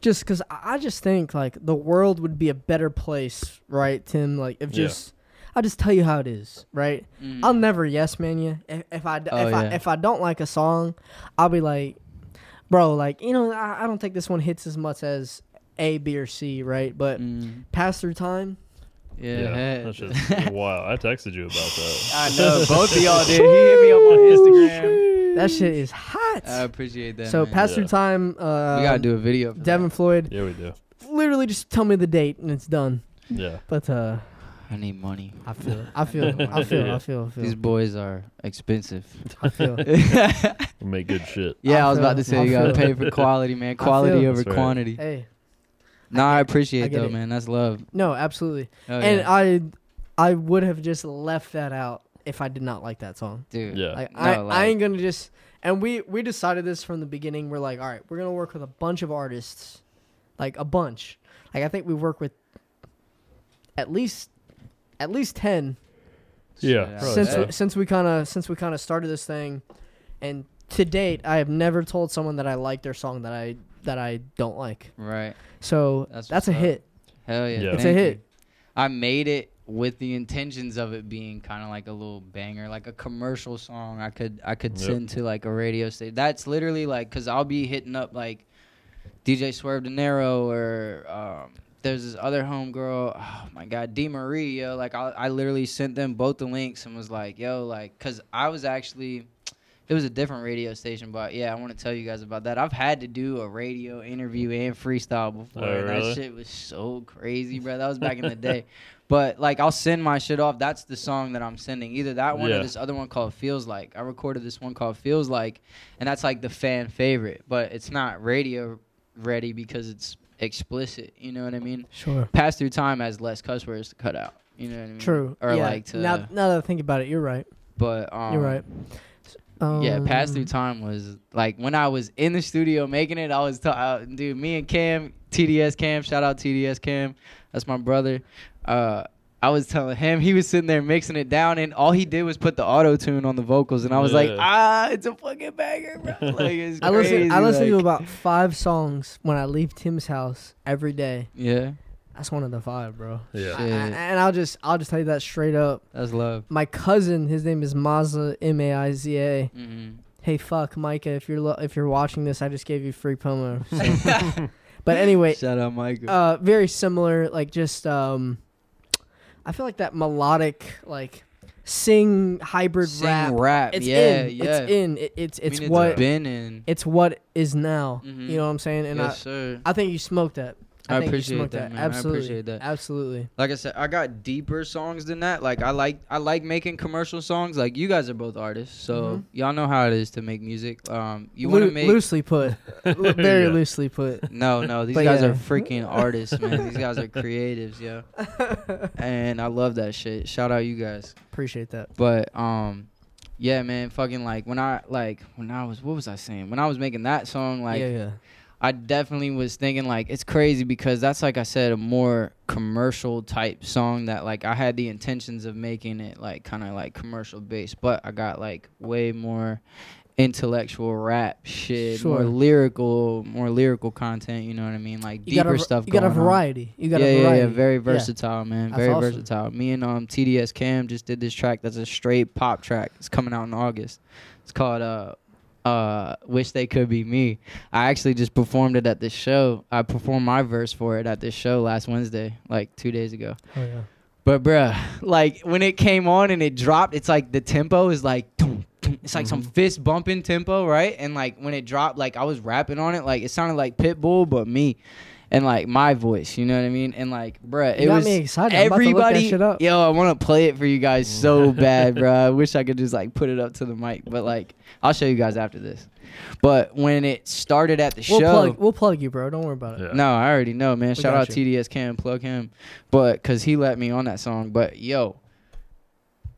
Speaker 4: just because I I just think like the world would be a better place, right, Tim? Like if
Speaker 2: Yeah.
Speaker 4: just. I just tell you how it is, right?
Speaker 3: Mm.
Speaker 4: I'll never yes man you. If, if I d-
Speaker 3: Oh,
Speaker 4: if I
Speaker 3: yeah.
Speaker 4: if I don't like a song, I'll be like, bro, like you know I, I don't think this one hits as much as A, B, or C, right? But
Speaker 3: Mm.
Speaker 4: pass through time.
Speaker 3: Yeah.
Speaker 2: That's just wow. I texted you about that.
Speaker 3: I know both of y'all did. He hit me up on Instagram.
Speaker 4: That shit is hot.
Speaker 3: I appreciate that.
Speaker 4: so
Speaker 3: Uh, man.
Speaker 4: pass through
Speaker 2: Yeah.
Speaker 4: time. Uh,
Speaker 3: we gotta do a video. For that.
Speaker 4: Devin Floyd.
Speaker 2: Yeah, we do.
Speaker 4: Literally, just tell me the date and it's done.
Speaker 2: Yeah.
Speaker 4: But uh,
Speaker 3: I need money.
Speaker 4: I feel, it. I feel, it. I feel, it. I feel, it. I feel,
Speaker 3: These
Speaker 4: it.
Speaker 3: boys are expensive.
Speaker 4: I feel. it.
Speaker 3: yeah,
Speaker 2: We make good shit.
Speaker 3: I was about to
Speaker 4: feel-
Speaker 3: say
Speaker 4: I
Speaker 3: you gotta pay
Speaker 4: feel-
Speaker 3: for quality, man.
Speaker 4: feel-
Speaker 3: Quality over
Speaker 2: That's right.
Speaker 3: quantity.
Speaker 4: Hey,
Speaker 3: No, I appreciate
Speaker 4: I get
Speaker 3: though,
Speaker 4: it.
Speaker 3: man. That's love.
Speaker 4: no, absolutely.
Speaker 3: Oh,
Speaker 4: and
Speaker 3: yeah.
Speaker 4: I, I would have just left that out if I did not like that song.
Speaker 3: dude.
Speaker 2: Yeah.
Speaker 4: Like, I,
Speaker 3: No,
Speaker 4: I
Speaker 3: like-
Speaker 4: ain't gonna just. And we we decided this from the beginning. We're like, all right, we're gonna work with a bunch of artists, like a bunch. Like I think we work with at least at least ten
Speaker 2: Yeah,
Speaker 3: Shit, I
Speaker 2: probably
Speaker 3: would
Speaker 4: since
Speaker 2: so.
Speaker 3: say.
Speaker 4: we, since we kind of since we kind of started this thing, and to date, I have never told someone that I like their song that I that I don't like.
Speaker 3: right.
Speaker 4: So that's,
Speaker 3: That's
Speaker 4: a
Speaker 3: what's up.
Speaker 4: hit.
Speaker 3: Hell yeah.
Speaker 2: Yeah.
Speaker 4: It's a
Speaker 3: thank
Speaker 4: hit.
Speaker 3: you. I made it with the intentions of it being kind of like a little banger, like a commercial song. I could I could
Speaker 2: Yep.
Speaker 3: send to like a radio station. That's literally like because I'll be hitting up like DJ Swerve De Niro or um, there's this other homegirl. Oh my God, D Marie. Yo, like I I literally sent them both the links and was like, yo, like because I was actually. It was a different radio station, but yeah, I want to tell you guys about that. I've had to do a radio interview and freestyle before.
Speaker 2: Oh,
Speaker 3: and
Speaker 2: really?
Speaker 3: That shit was so crazy, bro. That was back in the day. But like, I'll send my shit off. That's the song that I'm sending. Either that one
Speaker 2: Yeah.
Speaker 3: or this other one called "Feels Like." I recorded this one called "Feels Like," and that's like the fan favorite. But it's not radio ready because it's explicit. You know what I mean?
Speaker 4: Sure.
Speaker 3: Pass through time has less cuss words to cut out. You know what I mean?
Speaker 4: True.
Speaker 3: Mm. Or
Speaker 4: Yeah.
Speaker 3: like to.
Speaker 4: now, now that I think about it, you're right.
Speaker 3: but um,
Speaker 4: You're right.
Speaker 3: yeah, pass
Speaker 4: Um,
Speaker 3: through time was like when I was in the studio making it. I was ta- uh, dude, me and Cam, TDS Cam, shout out TDS Cam, that's my brother. Uh, I was telling him he was sitting there mixing it down, and all he did was put the auto tune on the vocals, and I was like,
Speaker 2: Yeah.
Speaker 3: ah, it's a fucking banger, bro. Like it's crazy.
Speaker 4: I listen. I listen to
Speaker 3: like-
Speaker 4: about five songs when I leave Tim's house every day.
Speaker 3: Yeah,
Speaker 4: That's one of the five, bro.
Speaker 2: Yeah.
Speaker 4: I- I-
Speaker 3: Shit.
Speaker 4: and I'll just I'll just tell you that straight up.
Speaker 3: that's love.
Speaker 4: My cousin, his name is Mazza M A I Z A.
Speaker 3: Mm-hmm.
Speaker 4: Hey, fuck, Micah, if you're lo- if you're watching this, I just gave you free promo. So- but anyway,
Speaker 3: shout out Michael.
Speaker 4: uh, very similar. Like just um, I feel like that melodic like sing hybrid
Speaker 3: Sing
Speaker 4: rap. It's
Speaker 3: yeah,
Speaker 4: in.
Speaker 3: yeah.
Speaker 4: It's in. It, it's
Speaker 3: I mean,
Speaker 4: it's what
Speaker 2: Yeah.
Speaker 3: been in.
Speaker 4: it's what is now.
Speaker 3: Mhm.
Speaker 4: You know what I'm saying? And
Speaker 3: yes, sir.
Speaker 4: I I think you smoked that.
Speaker 3: I
Speaker 4: think
Speaker 3: appreciate
Speaker 4: you smoked
Speaker 3: that,
Speaker 4: that.
Speaker 3: man. I
Speaker 4: Absolutely.
Speaker 3: appreciate that.
Speaker 4: Absolutely.
Speaker 3: like I said, I got deeper songs than that. Like I like I like making commercial songs. Like you guys are both artists, so
Speaker 4: Mhm.
Speaker 3: y'all know how it is to make music. Um, you
Speaker 4: Loo-
Speaker 3: want to make
Speaker 4: loosely put, Lo- very
Speaker 2: Yeah.
Speaker 4: loosely put.
Speaker 3: no, no. These
Speaker 4: But
Speaker 3: guys
Speaker 4: yeah.
Speaker 3: are freaking artists, man. These guys are creatives, yo. And I love that shit. Shout out you guys.
Speaker 4: Appreciate that.
Speaker 3: But um, yeah, man. Fucking like when I like when I was what was I saying? When I was making that song, like
Speaker 4: yeah, yeah.
Speaker 3: I definitely was thinking like it's crazy because that's like I said a more commercial type song that like I had the intentions of making it like kind of like commercial based, but I got like way more intellectual rap shit, more
Speaker 4: Sure.
Speaker 3: lyrical, more lyrical content. You know what I mean? Like
Speaker 4: You got
Speaker 3: deeper
Speaker 4: a,
Speaker 3: stuff.
Speaker 4: You got a
Speaker 3: going on.
Speaker 4: variety. You got
Speaker 3: yeah,
Speaker 4: a
Speaker 3: yeah,
Speaker 4: variety.
Speaker 3: yeah, very versatile, man.
Speaker 4: That's
Speaker 3: very
Speaker 4: awesome.
Speaker 3: versatile. Me and um TDS Cam just did this track that's a straight pop track. It's coming out in August. It's called uh uh Wish They Could Be Me. I actually just performed it at this show. I performed my verse for it at this show last Wednesday, like 2 days ago.
Speaker 4: Oh, yeah.
Speaker 3: But bruh, like when it came on and it dropped, it's like the tempo is like dum, dum. it's like
Speaker 4: Mm-hmm.
Speaker 3: some fist bumping tempo, right? And like when it dropped, like I was rapping on it, like it sounded like Pitbull, but me, and like my voice, you know what I mean? And like bruh,
Speaker 4: You
Speaker 3: it
Speaker 4: got
Speaker 3: was
Speaker 4: me excited. I'm about to look that
Speaker 3: everybody.
Speaker 4: shit up.
Speaker 3: Yo, I want to play it for you guys so bad, bruh. I wish I could just like put it up to the mic, but like I'll show you guys after this. But when it started at the
Speaker 4: We'll
Speaker 3: show,
Speaker 4: plug. We'll plug you, bro. Don't worry about it.
Speaker 2: Yeah.
Speaker 3: no, I already know, man.
Speaker 4: We
Speaker 3: Shout
Speaker 4: got
Speaker 3: out
Speaker 4: you.
Speaker 3: TDS Cam, plug him, but because he let me on that song. But yo,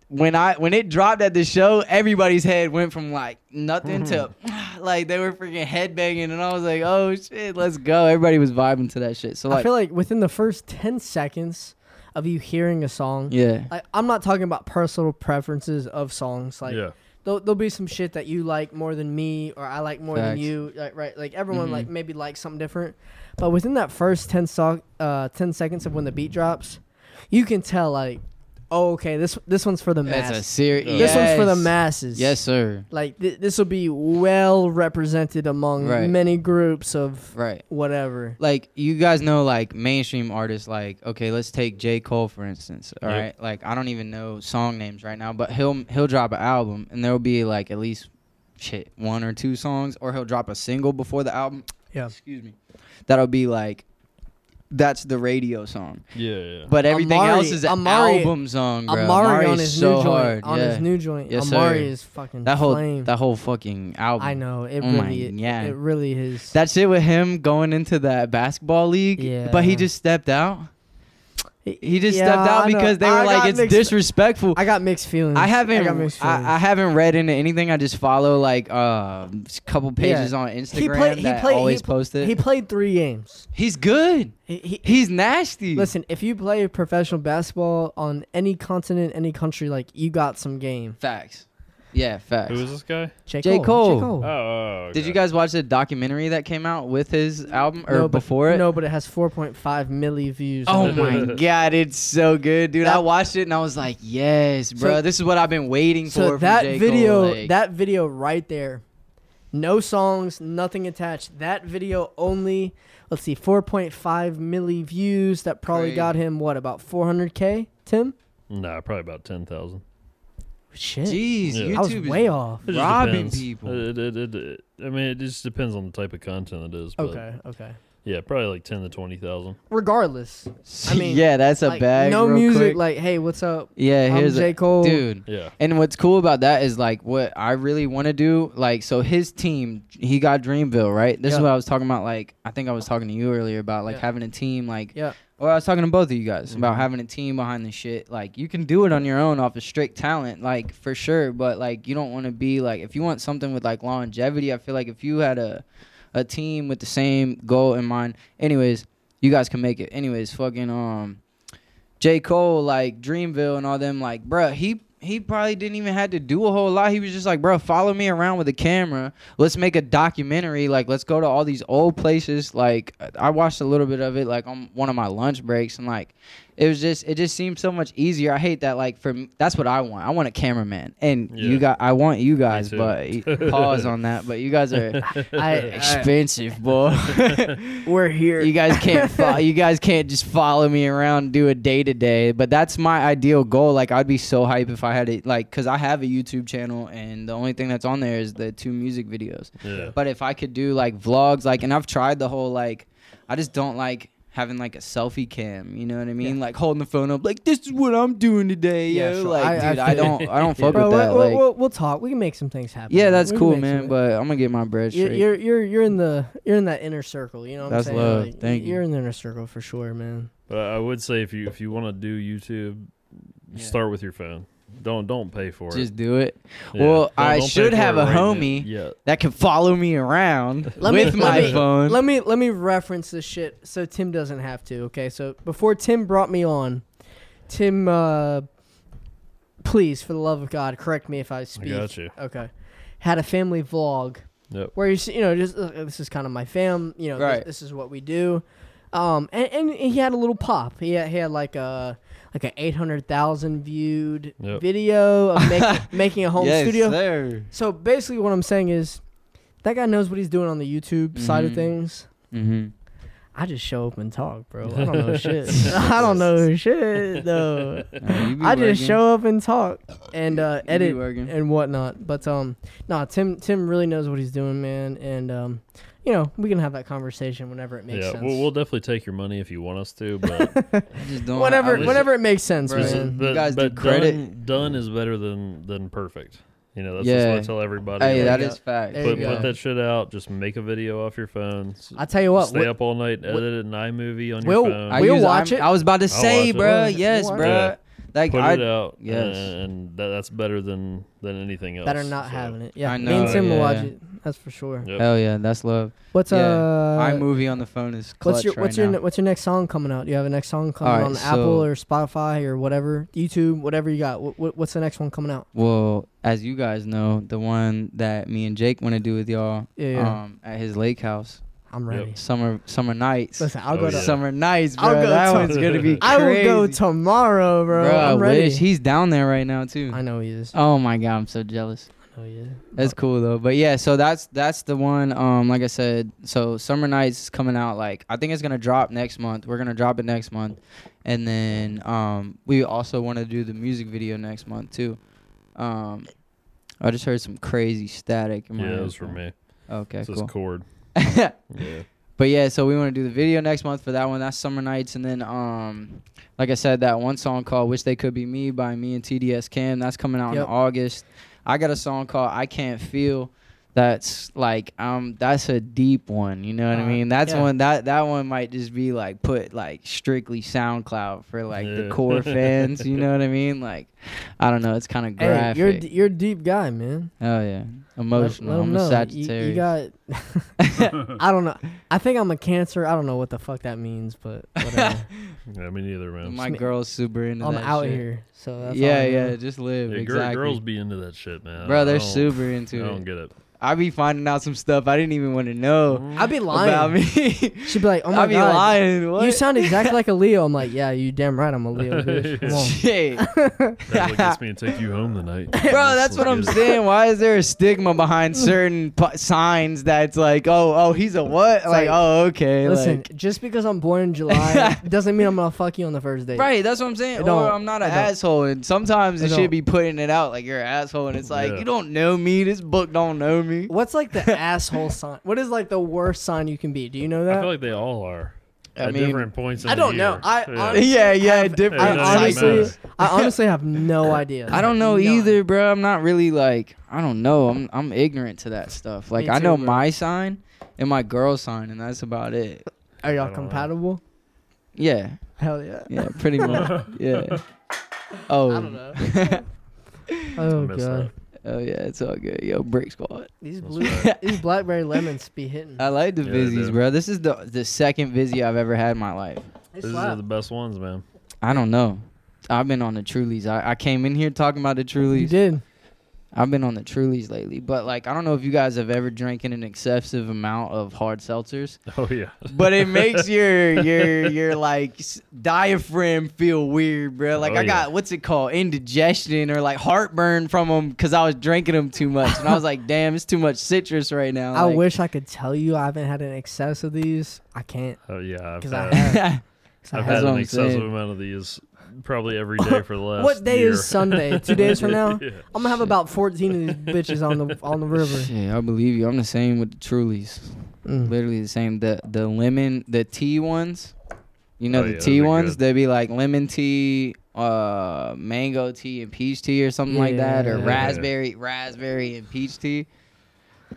Speaker 3: when I when it dropped at the show, everybody's head went from like nothing to
Speaker 4: Mm-hmm.
Speaker 3: like they were freaking headbanging, and I was like, oh shit, let's go. Everybody was vibing to that shit. So
Speaker 4: I
Speaker 3: like,
Speaker 4: feel like within the first ten seconds of you hearing a song,
Speaker 3: yeah,
Speaker 4: like I'm not talking about personal preferences of songs. Like
Speaker 2: yeah.
Speaker 4: there'll, there'll be some shit that you like more than me or I like more
Speaker 3: Facts.
Speaker 4: than you. Like, right? Like everyone
Speaker 3: Mhm.
Speaker 4: like maybe likes something different, but within that first 10, so- uh, 10 seconds of when the beat drops, you can tell like, oh okay, this this one's for the
Speaker 3: that's a
Speaker 4: masses.
Speaker 3: serious.
Speaker 2: Yeah.
Speaker 4: This one's for the masses.
Speaker 3: Yes, sir.
Speaker 4: Like th- this will be well represented among
Speaker 3: Right.
Speaker 4: many groups of
Speaker 3: Right.
Speaker 4: whatever.
Speaker 3: like you guys know like mainstream artists like okay let's take j cole for instance all right,
Speaker 2: Yep.
Speaker 3: like i don't even know song names right now but he'll he'll drop an album and there'll be like at least shit one or two songs or he'll drop a single before the album
Speaker 4: Yeah.
Speaker 3: excuse me that'll be like that's the radio song
Speaker 2: Yeah, yeah.
Speaker 3: but everything
Speaker 4: Amari-
Speaker 3: else is an
Speaker 4: Amari-
Speaker 3: album song bro.
Speaker 4: Amari on
Speaker 3: Amari's
Speaker 4: his
Speaker 3: so
Speaker 4: new
Speaker 3: hard
Speaker 4: joint. On
Speaker 3: yeah
Speaker 4: his new joint.
Speaker 3: Yes,
Speaker 4: Amari
Speaker 3: sir.
Speaker 4: is fucking
Speaker 3: that whole
Speaker 4: flame.
Speaker 3: that whole fucking album
Speaker 4: I know. It
Speaker 3: Oh my
Speaker 4: really
Speaker 3: God.
Speaker 4: it really is.
Speaker 3: that shit with him going into that basketball league but he
Speaker 4: Yeah.
Speaker 3: just stepped out He just
Speaker 4: Yeah,
Speaker 3: stepped out
Speaker 4: I know.
Speaker 3: because they were
Speaker 4: I
Speaker 3: like,
Speaker 4: got
Speaker 3: "It's
Speaker 4: mixed-
Speaker 3: disrespectful." I,
Speaker 4: I got mixed feelings.
Speaker 3: haven't,
Speaker 4: got
Speaker 3: I,
Speaker 4: mixed feelings.
Speaker 3: I, haven't read into anything. I just follow like uh, a couple pages on Instagram
Speaker 4: He played- he
Speaker 3: that
Speaker 4: played- he
Speaker 3: always
Speaker 4: pl-
Speaker 3: post it.
Speaker 4: He played three games.
Speaker 3: He's good.
Speaker 4: He, he,
Speaker 3: He's nasty.
Speaker 4: listen, if you play professional basketball on any continent, any country, like you got some game.
Speaker 3: facts. Yeah, facts.
Speaker 2: Who is this guy?
Speaker 4: J.
Speaker 3: J. Cole.
Speaker 4: J. Cole.
Speaker 2: Oh, oh,
Speaker 3: Did you
Speaker 2: okay.
Speaker 3: guys watch the documentary that came out with his album or
Speaker 4: No, but-
Speaker 3: before it?
Speaker 4: No, but it has 4.5 milli views.
Speaker 3: Oh
Speaker 4: on it.
Speaker 3: my god, it's so good, dude! I
Speaker 4: That-
Speaker 3: watched it and I was like, "Yes, bro,
Speaker 4: So-
Speaker 3: this is what I've been waiting for."
Speaker 4: So
Speaker 3: from
Speaker 4: that
Speaker 3: J. Cole,
Speaker 4: video,
Speaker 3: like-
Speaker 4: that video right there, no songs, nothing attached. That video only, let's see, 4.5 milli views. That probably
Speaker 3: Crazy.
Speaker 4: got him what about 400k? Tim?
Speaker 2: Nah, probably about ten thousand.
Speaker 4: Shit,
Speaker 3: jeez,
Speaker 2: Yeah.
Speaker 3: YouTube
Speaker 4: I was
Speaker 3: is
Speaker 4: way off.
Speaker 2: It just
Speaker 3: robbing
Speaker 2: depends.
Speaker 3: people.
Speaker 2: It, it, it, it- I mean, it just depends on the type of content it is. But
Speaker 4: Okay, okay.
Speaker 2: Yeah, probably like ten to twenty thousand.
Speaker 4: Regardless, I mean,
Speaker 3: yeah, that's a
Speaker 4: like,
Speaker 3: bag.
Speaker 4: no
Speaker 3: real
Speaker 4: music.
Speaker 3: quick.
Speaker 4: Like, hey, what's up?
Speaker 3: yeah,
Speaker 4: I'm
Speaker 3: here's
Speaker 4: J.
Speaker 3: a
Speaker 4: Cole.
Speaker 3: dude.
Speaker 2: Yeah.
Speaker 3: And what's cool about that is like what I really want to do. Like, so his team, he got Dreamville, right? This is
Speaker 4: Yeah.
Speaker 3: what I was talking about. Like, I think I was talking to you earlier about like
Speaker 4: Yeah.
Speaker 3: having a team, like,
Speaker 4: Yeah. Mm-hmm.
Speaker 3: or I was talking to both of you guys about
Speaker 2: Mhm.
Speaker 3: having a team behind the shit. Like, you can do it on your own off of strict talent, like for sure. But like, you don't want to be like if you want something with like longevity. I feel like if you had a a team with the same goal in mind. Anyways, you guys can make it. Anyways, fucking um, J Cole like Dreamville and all them like, bruh, he he probably didn't even had to do a whole lot. He was just like, bruh, follow me around with a camera. Let's make a documentary. Like, let's go to all these old places. Like, I watched a little bit of it like on one of my lunch breaks and like. It was just, it just seemed so much easier. I hate that. Like for me, that's what I want. I want a cameraman, and you
Speaker 2: Yeah.
Speaker 3: got, I want you guys,
Speaker 2: too.
Speaker 3: but pause on that. But you guys are
Speaker 4: I,
Speaker 3: expensive, boy.
Speaker 4: I we're here.
Speaker 3: you guys can't fo- you guys can't just follow me around and do a day to day. But that's my ideal goal. Like I'd be so hype if I had it. Like because I have a YouTube channel, and the only thing that's on there is the two music videos.
Speaker 2: Yeah.
Speaker 3: But if I could do like vlogs, like, and I've tried the whole like, I just don't like having like a selfie cam. You know what I mean? Like holding the phone up, like this is what I'm doing today.
Speaker 4: Yeah,
Speaker 3: yo.
Speaker 4: sure.
Speaker 3: Like,
Speaker 4: I- I
Speaker 3: dude, I,
Speaker 4: feel
Speaker 3: don't, I don't fuck
Speaker 4: Bro,
Speaker 3: with that.
Speaker 4: we'll,
Speaker 3: like,
Speaker 4: we'll, we'll talk. We can make some things happen.
Speaker 3: yeah, that's
Speaker 4: We can
Speaker 3: cool,
Speaker 4: make
Speaker 3: man.
Speaker 4: some-
Speaker 3: But I'm gonna get my bread
Speaker 4: you're,
Speaker 3: straight.
Speaker 4: you're you're you're in the you're in that inner circle. You know what
Speaker 3: That's
Speaker 4: I'm saying?
Speaker 3: love.
Speaker 4: Like,
Speaker 3: Thank you.
Speaker 4: You're in the inner circle for sure, man.
Speaker 2: But I would say if you if you want to do YouTube,
Speaker 3: Yeah.
Speaker 2: start with your phone. Don't don't pay for it.
Speaker 3: just do it.
Speaker 2: Yeah.
Speaker 3: well,
Speaker 2: Don't-
Speaker 3: I
Speaker 2: don't pay
Speaker 3: should
Speaker 2: for
Speaker 3: have
Speaker 2: it
Speaker 3: a
Speaker 2: right now.
Speaker 3: homie.
Speaker 2: Yeah.
Speaker 3: that can follow me around
Speaker 4: Let me-
Speaker 3: with
Speaker 4: let
Speaker 3: my
Speaker 4: me-
Speaker 3: phone.
Speaker 4: Let me let me reference this shit so Tim doesn't have to. Okay, so before Tim brought me on, Tim, uh, please for the love of God, correct me if I
Speaker 2: I
Speaker 4: speak.
Speaker 2: got you.
Speaker 4: Okay. had a family vlog
Speaker 2: Yep.
Speaker 4: where you see, you know just uh, this is kind of my fam you know this-
Speaker 3: Right.
Speaker 4: this, is what we do um and, and he had a little pop he had, he had like a like a 800,000 viewed
Speaker 2: Yep.
Speaker 4: video of making making a home
Speaker 3: yes,
Speaker 4: studio
Speaker 3: There.
Speaker 4: so basically what I'm saying is that guy knows what he's doing on the YouTube side of
Speaker 3: Mhm.
Speaker 4: things
Speaker 3: Mm-hmm.
Speaker 4: I just show up and talk, bro. I don't know shit. I don't know shit though. I just show up and talk and uh, edit and whatnot. But um, nah, Tim Tim really knows what he's doing, man. And um, you know, we can have that conversation whenever it makes
Speaker 2: yeah,
Speaker 4: sense.
Speaker 2: we'll, we'll definitely take your money if you want us to, but,
Speaker 3: I just don't.
Speaker 4: whenever
Speaker 2: I was-
Speaker 4: whenever it makes sense,
Speaker 3: Bro,
Speaker 2: but,
Speaker 4: man.
Speaker 2: but-
Speaker 3: guys do
Speaker 2: but done,
Speaker 3: credit.
Speaker 2: done is better than than perfect. You know, that's just what I
Speaker 3: Yeah.
Speaker 2: tell everybody.
Speaker 3: Hey,
Speaker 2: Like,
Speaker 3: that
Speaker 4: you
Speaker 3: is fact.
Speaker 4: There
Speaker 2: put,
Speaker 4: you go.
Speaker 2: put that shit out. Just make a video off your phone. s-
Speaker 4: I tell you what,
Speaker 2: Stay
Speaker 4: we-
Speaker 2: up all night,
Speaker 4: Wi-
Speaker 2: edit an iMovie on
Speaker 4: We'll-
Speaker 2: your phone.
Speaker 4: I We'll watch
Speaker 3: I'm-
Speaker 4: it.
Speaker 3: I was about to
Speaker 2: I'll
Speaker 3: say,
Speaker 2: watch it.
Speaker 3: bro.
Speaker 4: Yeah.
Speaker 3: Yes,
Speaker 4: Watch
Speaker 3: bro.
Speaker 2: it.
Speaker 3: Like
Speaker 2: put
Speaker 3: I,
Speaker 2: it out.
Speaker 3: yes.
Speaker 2: and, and that, that's better than than anything else.
Speaker 4: better not
Speaker 2: so,
Speaker 4: having it. Yeah,
Speaker 3: I
Speaker 4: me and
Speaker 3: know,
Speaker 4: Tim will
Speaker 3: yeah.
Speaker 4: watch it. That's for sure.
Speaker 2: yep.
Speaker 3: Hell yeah, that's love.
Speaker 4: What's
Speaker 3: Yeah.
Speaker 4: uh?
Speaker 3: iMovie on the phone is clutch
Speaker 4: What's your
Speaker 3: right
Speaker 4: what's your
Speaker 3: now.
Speaker 4: ne- what's your next song coming out? Do you have a next song coming
Speaker 3: Alright,
Speaker 4: on
Speaker 3: so-
Speaker 4: Apple or Spotify or whatever, YouTube, whatever you got? What, what, what's the next one coming out?
Speaker 3: Well, as you guys know, the one that me and Jake want to do with y'all
Speaker 4: Yeah, yeah.
Speaker 3: um, at his lake house,
Speaker 4: I'm
Speaker 2: Yep.
Speaker 4: ready.
Speaker 3: summer summer nights,
Speaker 4: Listen, I'll
Speaker 2: Oh,
Speaker 4: go
Speaker 2: yeah.
Speaker 4: to
Speaker 3: summer nights, bro.
Speaker 4: I'll go
Speaker 3: that
Speaker 4: to-
Speaker 3: one's gonna be. Crazy.
Speaker 4: I will go tomorrow, bro.
Speaker 3: I
Speaker 4: I'm ready.
Speaker 3: wish he's down there right now too.
Speaker 4: I know he is.
Speaker 3: Oh my god, I'm so jealous.
Speaker 4: I know he is.
Speaker 3: That's cool though. But yeah, so that's that's the one. Um, like I said, so summer nights is coming out. Like I think it's gonna drop next month. We're gonna drop it next month, and then um, we also want to do the music video next month too. Um, I just heard some crazy static. In my
Speaker 2: Yeah, it was for
Speaker 3: headphone.
Speaker 2: me.
Speaker 3: Okay,
Speaker 2: It's this
Speaker 3: cool.
Speaker 2: cord. Yeah.
Speaker 3: But yeah, so we want to do the video next month for that one. That's summer nights, and then um, like I said, that one song called "Wish They Could Be Me" by me and TDS Cam. That's coming out
Speaker 4: Yep.
Speaker 3: in August. I got a song called "I Can't Feel." That's like um, that's a deep one. You know what
Speaker 4: Uh,
Speaker 3: I mean? That's
Speaker 4: yeah.
Speaker 3: one that that one might just be like put like strictly SoundCloud for like
Speaker 2: Yeah.
Speaker 3: the core fans. You know what I mean? Like, I don't know. It's kind of
Speaker 4: Hey,
Speaker 3: graphic.
Speaker 4: you're d- you're a deep guy, man.
Speaker 3: oh yeah,
Speaker 4: Let-
Speaker 3: emotional.
Speaker 4: let him
Speaker 3: I'm
Speaker 4: know.
Speaker 3: a
Speaker 4: You-
Speaker 3: Sagittarius.
Speaker 4: You, got. I don't know. I think I'm a Cancer. I don't know what the fuck that means, but whatever.
Speaker 2: yeah, me neither, man.
Speaker 3: my girl's super into
Speaker 4: I'm
Speaker 3: that
Speaker 4: out
Speaker 3: shit.
Speaker 4: here, so that's all
Speaker 3: yeah,
Speaker 4: I know.
Speaker 3: yeah, just live.
Speaker 2: Yeah, gir-
Speaker 3: exactly.
Speaker 2: Girls be into that shit, man.
Speaker 3: Bro,
Speaker 2: I
Speaker 3: they're
Speaker 2: don't-
Speaker 3: super
Speaker 2: I
Speaker 3: into
Speaker 2: don't
Speaker 3: it.
Speaker 2: get it.
Speaker 3: I be finding out some stuff I didn't even want to know
Speaker 4: I'd be lying.
Speaker 3: about me.
Speaker 4: She'd be like, "Oh my
Speaker 3: I be
Speaker 4: god,
Speaker 3: lying. What?
Speaker 4: you sound exactly like a Leo." I'm like, "Yeah, you damn right, I'm a Leo." bitch. Come on.
Speaker 3: Shit.
Speaker 2: That really gets me to take you home tonight.
Speaker 3: Bro, that's what I'm saying. Why is there a stigma behind certain p- signs that's like, oh, oh, he's a what?
Speaker 4: like,
Speaker 3: like, oh, okay.
Speaker 4: Listen,
Speaker 3: like-
Speaker 4: just because I'm born in July doesn't mean I'm gonna fuck you on the first date.
Speaker 3: right, that's what I'm saying.
Speaker 4: I don't-
Speaker 3: Or I'm not an
Speaker 4: I don't.
Speaker 3: asshole. And sometimes
Speaker 4: I
Speaker 3: it
Speaker 4: don't.
Speaker 3: should be putting it out like you're an asshole. And it's like,
Speaker 2: Yeah.
Speaker 3: you don't know me. This book don't know me.
Speaker 4: What's like the asshole sign? What is like the worst sign you can be? Do you know
Speaker 2: I
Speaker 4: that?
Speaker 2: feel like they all are.
Speaker 3: I
Speaker 2: at
Speaker 3: mean,
Speaker 2: different points in
Speaker 4: I
Speaker 2: the
Speaker 4: don't know.
Speaker 2: year.
Speaker 4: I-
Speaker 2: yeah.
Speaker 4: honestly-
Speaker 3: yeah, yeah,
Speaker 4: I've-
Speaker 3: different.
Speaker 2: It
Speaker 4: I
Speaker 2: doesn't
Speaker 3: cycles.
Speaker 4: honestly,
Speaker 2: matter.
Speaker 4: I honestly have no idea.
Speaker 3: I don't know
Speaker 4: None.
Speaker 3: either, bro. I'm not really like I don't know. I'm I'm ignorant to that stuff. Like
Speaker 4: Me
Speaker 3: I
Speaker 4: too,
Speaker 3: know
Speaker 4: bro.
Speaker 3: my sign and my girl sign, and that's about it.
Speaker 4: Are
Speaker 2: I
Speaker 4: y'all
Speaker 2: don't know.
Speaker 4: compatible?
Speaker 3: Yeah,
Speaker 4: Hell yeah.
Speaker 3: yeah, pretty much. Yeah. Oh,
Speaker 4: I don't know. oh
Speaker 2: messed
Speaker 4: god,
Speaker 2: up.
Speaker 3: oh yeah, it's all good. Yo, brick squad.
Speaker 4: these
Speaker 2: That's
Speaker 4: blue,
Speaker 2: right.
Speaker 4: these blackberry lemons be hitting.
Speaker 3: I like the
Speaker 2: Yeah, they
Speaker 3: Vizzies,
Speaker 2: do.
Speaker 3: bro. This is the the second Vizzy I've ever had in my life.
Speaker 4: They
Speaker 2: These
Speaker 4: slap.
Speaker 2: are the best ones, man.
Speaker 3: I don't know. I've been on the Trulies. I, I came in here talking about the
Speaker 4: you
Speaker 3: Trulies.
Speaker 4: did.
Speaker 3: I've been on the Trulies lately, but like I don't know if you guys have ever drinking an excessive amount of hard seltzers.
Speaker 2: Oh yeah.
Speaker 3: but it makes your your your like s- diaphragm feel weird, bro. Like
Speaker 2: Oh,
Speaker 3: I
Speaker 2: yeah.
Speaker 3: got what's it called, indigestion or like heartburn from them because I was drinking them too much, and I was like, damn, it's too much citrus right now.
Speaker 4: I
Speaker 3: Like,
Speaker 4: wish I could tell you I haven't had an excess of these. I can't.
Speaker 2: Oh yeah. I've
Speaker 4: 'Cause I
Speaker 2: had,
Speaker 4: have-
Speaker 2: I've
Speaker 3: That's
Speaker 2: had
Speaker 3: what
Speaker 2: an
Speaker 3: I'm
Speaker 2: excessive
Speaker 3: saying.
Speaker 2: amount of these probably every day for the last.
Speaker 4: What day
Speaker 2: year.
Speaker 4: is Sunday? Two days from now,
Speaker 2: Yeah.
Speaker 4: I'm gonna have
Speaker 3: Shit.
Speaker 4: about 14 of these bitches on the on the river.
Speaker 3: Shit, I believe you. I'm the same with the Trulies.
Speaker 4: Mm.
Speaker 3: Literally the same. The the lemon, the tea ones. You know
Speaker 2: Oh,
Speaker 3: the
Speaker 2: yeah,
Speaker 3: tea
Speaker 2: those are
Speaker 3: ones.
Speaker 2: good.
Speaker 3: They be like lemon tea, uh, mango tea, and peach tea, or something like that, or
Speaker 4: Yeah.
Speaker 3: raspberry, raspberry and peach tea.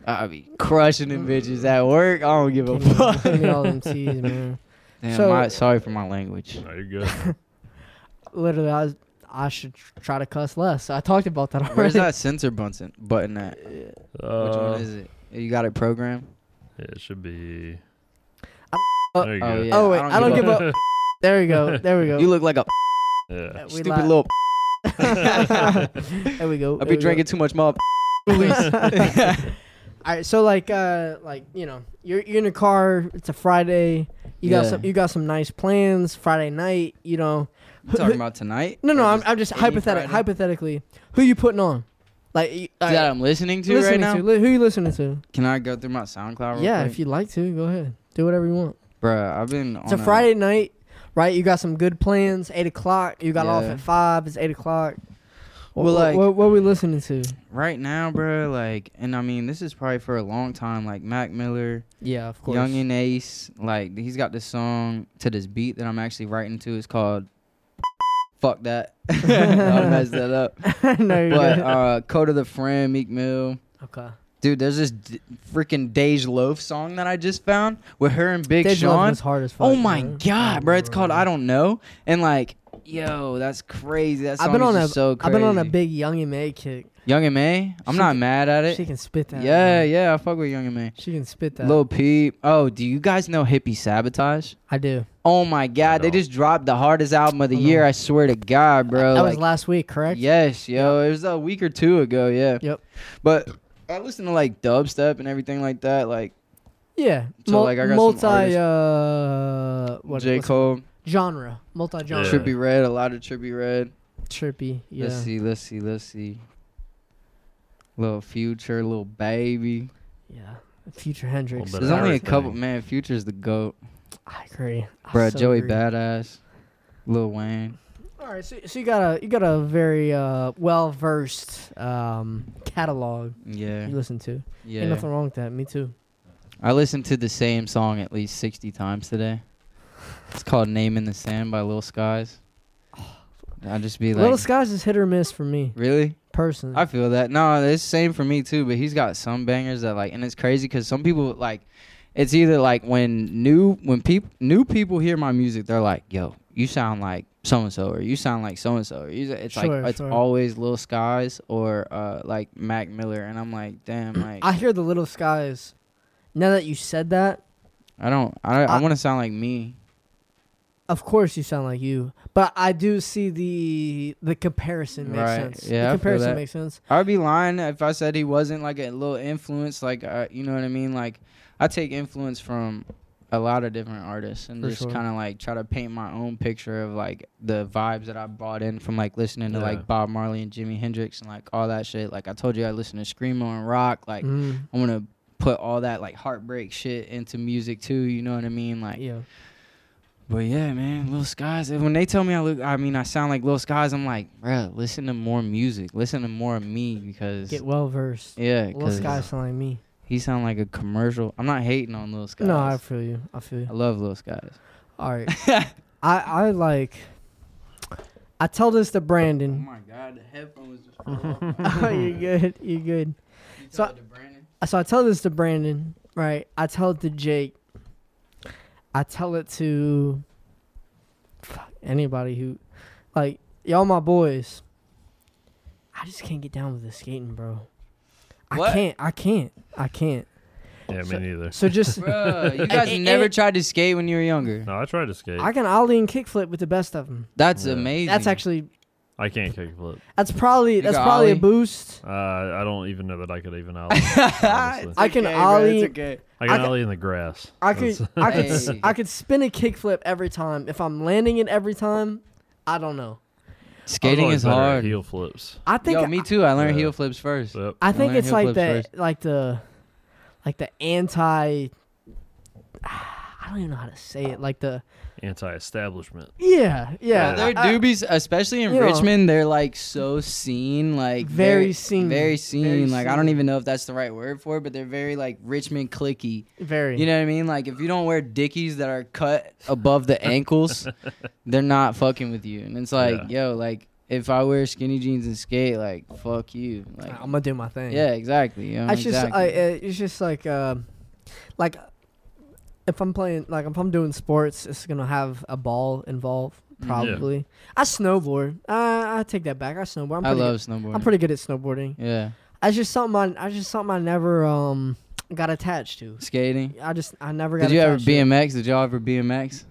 Speaker 3: I be crushing them bitches at work. I don't give a
Speaker 4: Give me-
Speaker 3: fuck.
Speaker 4: give me all them teas, man.
Speaker 3: Damn,
Speaker 4: So-
Speaker 3: my- sorry for my language.
Speaker 2: No, you're good.
Speaker 4: Literally, I, was, I should tr- try to cuss less. I talked about that already.
Speaker 3: Where's that sensor button button at? Which
Speaker 2: Uh,
Speaker 3: one is it? You got it programmed?
Speaker 2: It should be.
Speaker 4: I'm-
Speaker 2: There you
Speaker 3: Oh
Speaker 2: go.
Speaker 3: yeah.
Speaker 4: Oh, wait, I don't give up. There we go. There we go.
Speaker 3: You look like a
Speaker 2: yeah.
Speaker 4: We
Speaker 3: stupid
Speaker 4: laugh.
Speaker 3: little.
Speaker 4: there we go.
Speaker 3: I
Speaker 4: there we
Speaker 3: be
Speaker 4: go.
Speaker 3: drinking too much, mother.
Speaker 4: All right, so like, uh, like you know, you're, you're in your car. It's a Friday. You got
Speaker 3: Yeah.
Speaker 4: some. You got some nice plans. Friday night. You know.
Speaker 3: You talking about tonight?
Speaker 4: No, no.
Speaker 3: Or
Speaker 4: I'm, I'm just
Speaker 3: any Friday?
Speaker 4: hypothetically. Hypothetically, who you putting on? Like, you- all
Speaker 3: that
Speaker 4: right,
Speaker 3: I'm listening to
Speaker 4: listening
Speaker 3: right now.
Speaker 4: to li- who you listening to?
Speaker 3: Can I go through my SoundCloud? Real
Speaker 4: yeah,
Speaker 3: quick?
Speaker 4: if you'd like to, go ahead. Do whatever you want.
Speaker 3: Bruh, I've been.
Speaker 4: It's
Speaker 3: on uh,
Speaker 4: a Friday night, right? You got some good plans. Eight o'clock. You got off
Speaker 3: Yeah.
Speaker 4: at five. It's eight o'clock. What,
Speaker 3: Well,
Speaker 4: what-
Speaker 3: like-
Speaker 4: what, what we listening to?
Speaker 3: right now, bruh. Like, and I mean, this is probably for a long time. Like Mac Miller,
Speaker 4: Yeah, of course.
Speaker 3: Young and Ace. Like, he's got this song to this beat that I'm actually writing to. It's called "Fuck That." I messed that up.
Speaker 4: no, you're
Speaker 3: But
Speaker 4: good.
Speaker 3: uh, Code of the Friend, Meek Mill.
Speaker 4: okay.
Speaker 3: Dude, there's this d- freaking Dej Loaf song that I just found with her and Big
Speaker 4: Dead Love
Speaker 3: Sean.
Speaker 4: was hard as fuck,
Speaker 3: Oh my
Speaker 4: bro.
Speaker 3: god, bro! It's called I don't know, and like, yo, that's crazy. That song
Speaker 4: I've been
Speaker 3: is
Speaker 4: on a
Speaker 3: just so
Speaker 4: have
Speaker 3: crazy.
Speaker 4: been on a big Young and May kick.
Speaker 3: Young and May. I'm
Speaker 4: She
Speaker 3: not
Speaker 4: can-
Speaker 3: mad at
Speaker 4: She
Speaker 3: it.
Speaker 4: can spit that.
Speaker 3: Yeah,
Speaker 4: bro.
Speaker 3: yeah, I fuck with Young and May.
Speaker 4: She can spit that.
Speaker 3: Lil Peep. Oh, do you guys know Hippie Sabotage?
Speaker 4: I do.
Speaker 3: Oh my god, they
Speaker 2: don't.
Speaker 3: just dropped the hardest album of the
Speaker 4: I
Speaker 3: year.
Speaker 4: know.
Speaker 3: I swear to God, bro.
Speaker 4: that
Speaker 3: like,
Speaker 4: was last week, correct?
Speaker 3: Yes, yo, it was a week or two ago. Yeah.
Speaker 4: Yep.
Speaker 3: But I listen to like dubstep and everything like that, like
Speaker 4: Yeah.
Speaker 3: So, like, I got some
Speaker 4: multi
Speaker 3: artists-
Speaker 4: uh what
Speaker 3: J
Speaker 4: what's-
Speaker 3: Cole,
Speaker 4: genre, multi genre,
Speaker 2: Yeah.
Speaker 3: Trippy Red, a lot of Trippy Red.
Speaker 4: trippy. Yeah.
Speaker 3: Let's see, let's see, let's see. Little Future, little baby.
Speaker 4: Yeah. Future Hendrix.
Speaker 2: bit But
Speaker 3: There's only a
Speaker 2: everything.
Speaker 3: couple. Man, Future's the goat,
Speaker 4: I agree. I
Speaker 3: bro.
Speaker 4: so
Speaker 3: Joey
Speaker 4: agree.
Speaker 3: Badass, Lil Wayne.
Speaker 4: All right, so, so you got a you got a very uh, well versed um, catalog
Speaker 3: Yeah,
Speaker 4: you listen to. Ain't
Speaker 3: yeah.
Speaker 4: nothing wrong with that. Me too.
Speaker 3: I listened to the same song at least 60 times today. It's called "Name in the Sand" by Lil Skies. I just be like,
Speaker 4: Little Skies is hit or miss for me
Speaker 3: really?
Speaker 4: personally.
Speaker 3: I feel that. No, it's same for me too. But he's got some bangers that like, and it's crazy because some people like, it's either like when new when people new people hear my music, they're like, "Yo, you sound like so and so," or "You sound like so and so." It's
Speaker 4: Sure,
Speaker 3: like it's
Speaker 4: sure.
Speaker 3: always Lil Skies or uh like Mac Miller, and I'm like, "Damn, like
Speaker 4: I
Speaker 3: I,
Speaker 4: hear the Little Skies. Now that you said that,
Speaker 3: don't, I I,
Speaker 4: I-
Speaker 3: want to sound like me."
Speaker 4: of course you sound like you, but I do see the the comparison makes
Speaker 3: Right,
Speaker 4: sense.
Speaker 3: yeah, I
Speaker 4: the
Speaker 3: feel
Speaker 4: comparison
Speaker 3: that.
Speaker 4: makes sense.
Speaker 3: I'd be lying if I said he wasn't like a little influence. Like, uh, you know what I mean? Like, I take influence from a lot of different artists and
Speaker 4: For
Speaker 3: just
Speaker 4: sure.
Speaker 3: kind of like try to paint my own picture of like the vibes that I brought in from like listening to
Speaker 2: Yeah.
Speaker 3: like Bob Marley and Jimi Hendrix and like all that shit. Like, I told you I listen to Screamo and rock. Like,
Speaker 4: Mm,
Speaker 3: I want to put all that like heartbreak shit into music too. You know what I mean? Like,
Speaker 4: yeah,
Speaker 3: but yeah, man, Lil Skies. When they tell me I look, I mean, I sound like Lil Skies, I'm like, bruh, listen to more music. Listen to more of me because.
Speaker 4: get well versed.
Speaker 3: Yeah,
Speaker 4: Little
Speaker 3: cause
Speaker 4: Skies sound like me.
Speaker 3: he sound like a commercial. I'm not hating on Lil Skies.
Speaker 4: No,
Speaker 3: I
Speaker 4: I feel you. I feel you.
Speaker 3: love Lil Skies.
Speaker 4: All right, I I like. I tell this to Brandon.
Speaker 3: Oh my God, the headphones just
Speaker 4: oh, you're good. You're good. So- tell it
Speaker 3: Brandon.
Speaker 4: So I tell this to Brandon, right? I tell it to Jake. I tell it to fuck, anybody who, like, y'all my boys. I just can't get down with the skating, bro. I
Speaker 3: What?
Speaker 4: can't. I can't. I can't.
Speaker 2: Yeah, me
Speaker 4: So-
Speaker 2: neither.
Speaker 4: So just
Speaker 3: Bruh, you guys
Speaker 4: And-
Speaker 3: never
Speaker 4: and-
Speaker 3: tried to skate when you were younger.
Speaker 2: No, I tried to skate.
Speaker 4: I
Speaker 2: I,
Speaker 4: can ollie and kickflip with the best of them.
Speaker 3: That's
Speaker 2: Yeah.
Speaker 3: amazing.
Speaker 4: That's actually
Speaker 2: can't kickflip.
Speaker 4: that's probably
Speaker 3: You
Speaker 4: that's
Speaker 3: can
Speaker 4: probably a
Speaker 3: ollie?
Speaker 4: boost.
Speaker 2: Uh, I don't even know that I could even ollie. honestly.
Speaker 4: I can ollie.
Speaker 2: I can
Speaker 4: I-
Speaker 2: ollie in the grass.
Speaker 4: I could
Speaker 2: That's-
Speaker 4: I could s-
Speaker 3: Hey.
Speaker 4: I could spin a kickflip every time. If I'm landing it every time, I don't know.
Speaker 2: I was
Speaker 3: Skating
Speaker 2: always
Speaker 3: is
Speaker 2: better at
Speaker 3: hard.
Speaker 2: Heel flips.
Speaker 4: I think
Speaker 3: Yo, me too. I learned
Speaker 2: Yeah.
Speaker 3: heel flips first.
Speaker 2: Yep.
Speaker 4: I
Speaker 3: I
Speaker 4: think
Speaker 3: learned
Speaker 4: it's
Speaker 3: heel
Speaker 4: like
Speaker 3: flips
Speaker 4: the
Speaker 3: first.
Speaker 4: like the like the anti I don't even know how to say it. Like the
Speaker 2: Anti-establishment.
Speaker 4: yeah, yeah.
Speaker 2: Yeah,
Speaker 3: They're
Speaker 4: I- I-
Speaker 3: doobies, especially in
Speaker 4: you know.
Speaker 3: Richmond. They're like so seen, like
Speaker 4: Very
Speaker 3: they're-
Speaker 4: seen.
Speaker 3: very seen.
Speaker 4: Very
Speaker 3: like I don't
Speaker 4: seen.
Speaker 3: even know if that's the right word for it, but they're very like Richmond clicky.
Speaker 4: very.
Speaker 3: You know what I mean? Like if you don't wear dickies that are cut above the ankles, they're not fucking with you. And it's like, yo, like if I wear skinny jeans and skate, like fuck you. Like
Speaker 4: I'm gonna do my thing.
Speaker 3: yeah, exactly. You know,
Speaker 4: I just
Speaker 3: exactly.
Speaker 4: I, uh, it's just like uh, like if I'm playing like if I'm doing sports, it's gonna have a ball involved
Speaker 3: Mhm.
Speaker 4: probably. I snowboard. I I take that back. I snowboard. I'm
Speaker 3: I
Speaker 4: pretty
Speaker 3: love snowboarding.
Speaker 4: I'm pretty good at snowboarding.
Speaker 3: yeah,
Speaker 4: That's just something I, I just something I never um got attached to.
Speaker 3: skating.
Speaker 4: I just I never got.
Speaker 3: Did you ever
Speaker 4: attached to it.
Speaker 3: BMX? Did y'all ever BMX?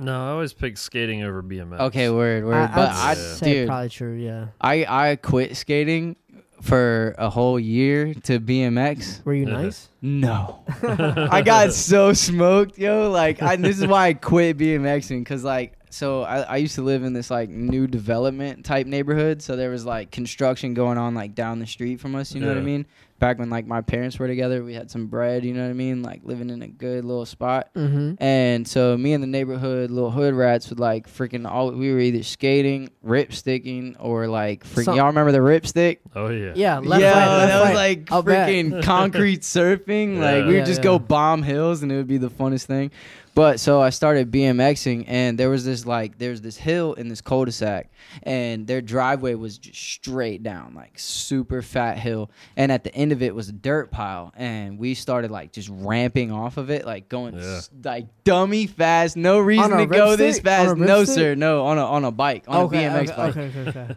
Speaker 2: No, I always pick skating over BMX.
Speaker 3: Okay, word, word.
Speaker 4: I,
Speaker 3: but
Speaker 4: I'd
Speaker 2: I'd
Speaker 3: I,
Speaker 4: say
Speaker 3: dude,
Speaker 4: probably true. Yeah.
Speaker 3: I I quit skating for a whole year to BMX.
Speaker 4: Were you
Speaker 2: Yeah.
Speaker 4: nice?
Speaker 3: No. I got so smoked, yo. Like, I, this is why I quit BMXing because, like, so I, I used to live in this like new development type neighborhood. So there was like construction going on like down the street from us. You know what I
Speaker 2: Yeah.
Speaker 3: mean? Back when like my parents were together, we had some bread. You know what I mean? Like living in a good little spot.
Speaker 4: Mm-hmm.
Speaker 3: And so me and the neighborhood little hood rats would like freaking all we were either skating, rip sticking, or like freaking
Speaker 4: Some-
Speaker 3: y'all remember the rip stick?
Speaker 2: Oh yeah.
Speaker 4: Yeah,
Speaker 3: Yeah,
Speaker 4: left right, left
Speaker 3: that was
Speaker 4: right.
Speaker 3: like
Speaker 4: I'll bet.
Speaker 3: freaking concrete surfing. Like we
Speaker 4: Yeah.
Speaker 3: would just
Speaker 4: Yeah,
Speaker 3: go
Speaker 4: yeah.
Speaker 3: bomb hills, and it would be the funnest thing. But so I started BMXing, and there was this like there's this hill in this cul-de-sac, and their driveway was just straight down, like super fat hill, and at the end of it was a dirt pile, and we started like just ramping off of it, like going
Speaker 2: Yeah.
Speaker 3: s- like dummy fast, no reason
Speaker 4: a
Speaker 3: to
Speaker 4: rip
Speaker 3: go this
Speaker 4: stick? On a
Speaker 3: fast,
Speaker 4: rip
Speaker 3: no
Speaker 4: stick?
Speaker 3: sir, no on a on a bike on
Speaker 4: okay,
Speaker 3: a BMX
Speaker 4: okay,
Speaker 3: bike.
Speaker 4: okay, okay, okay.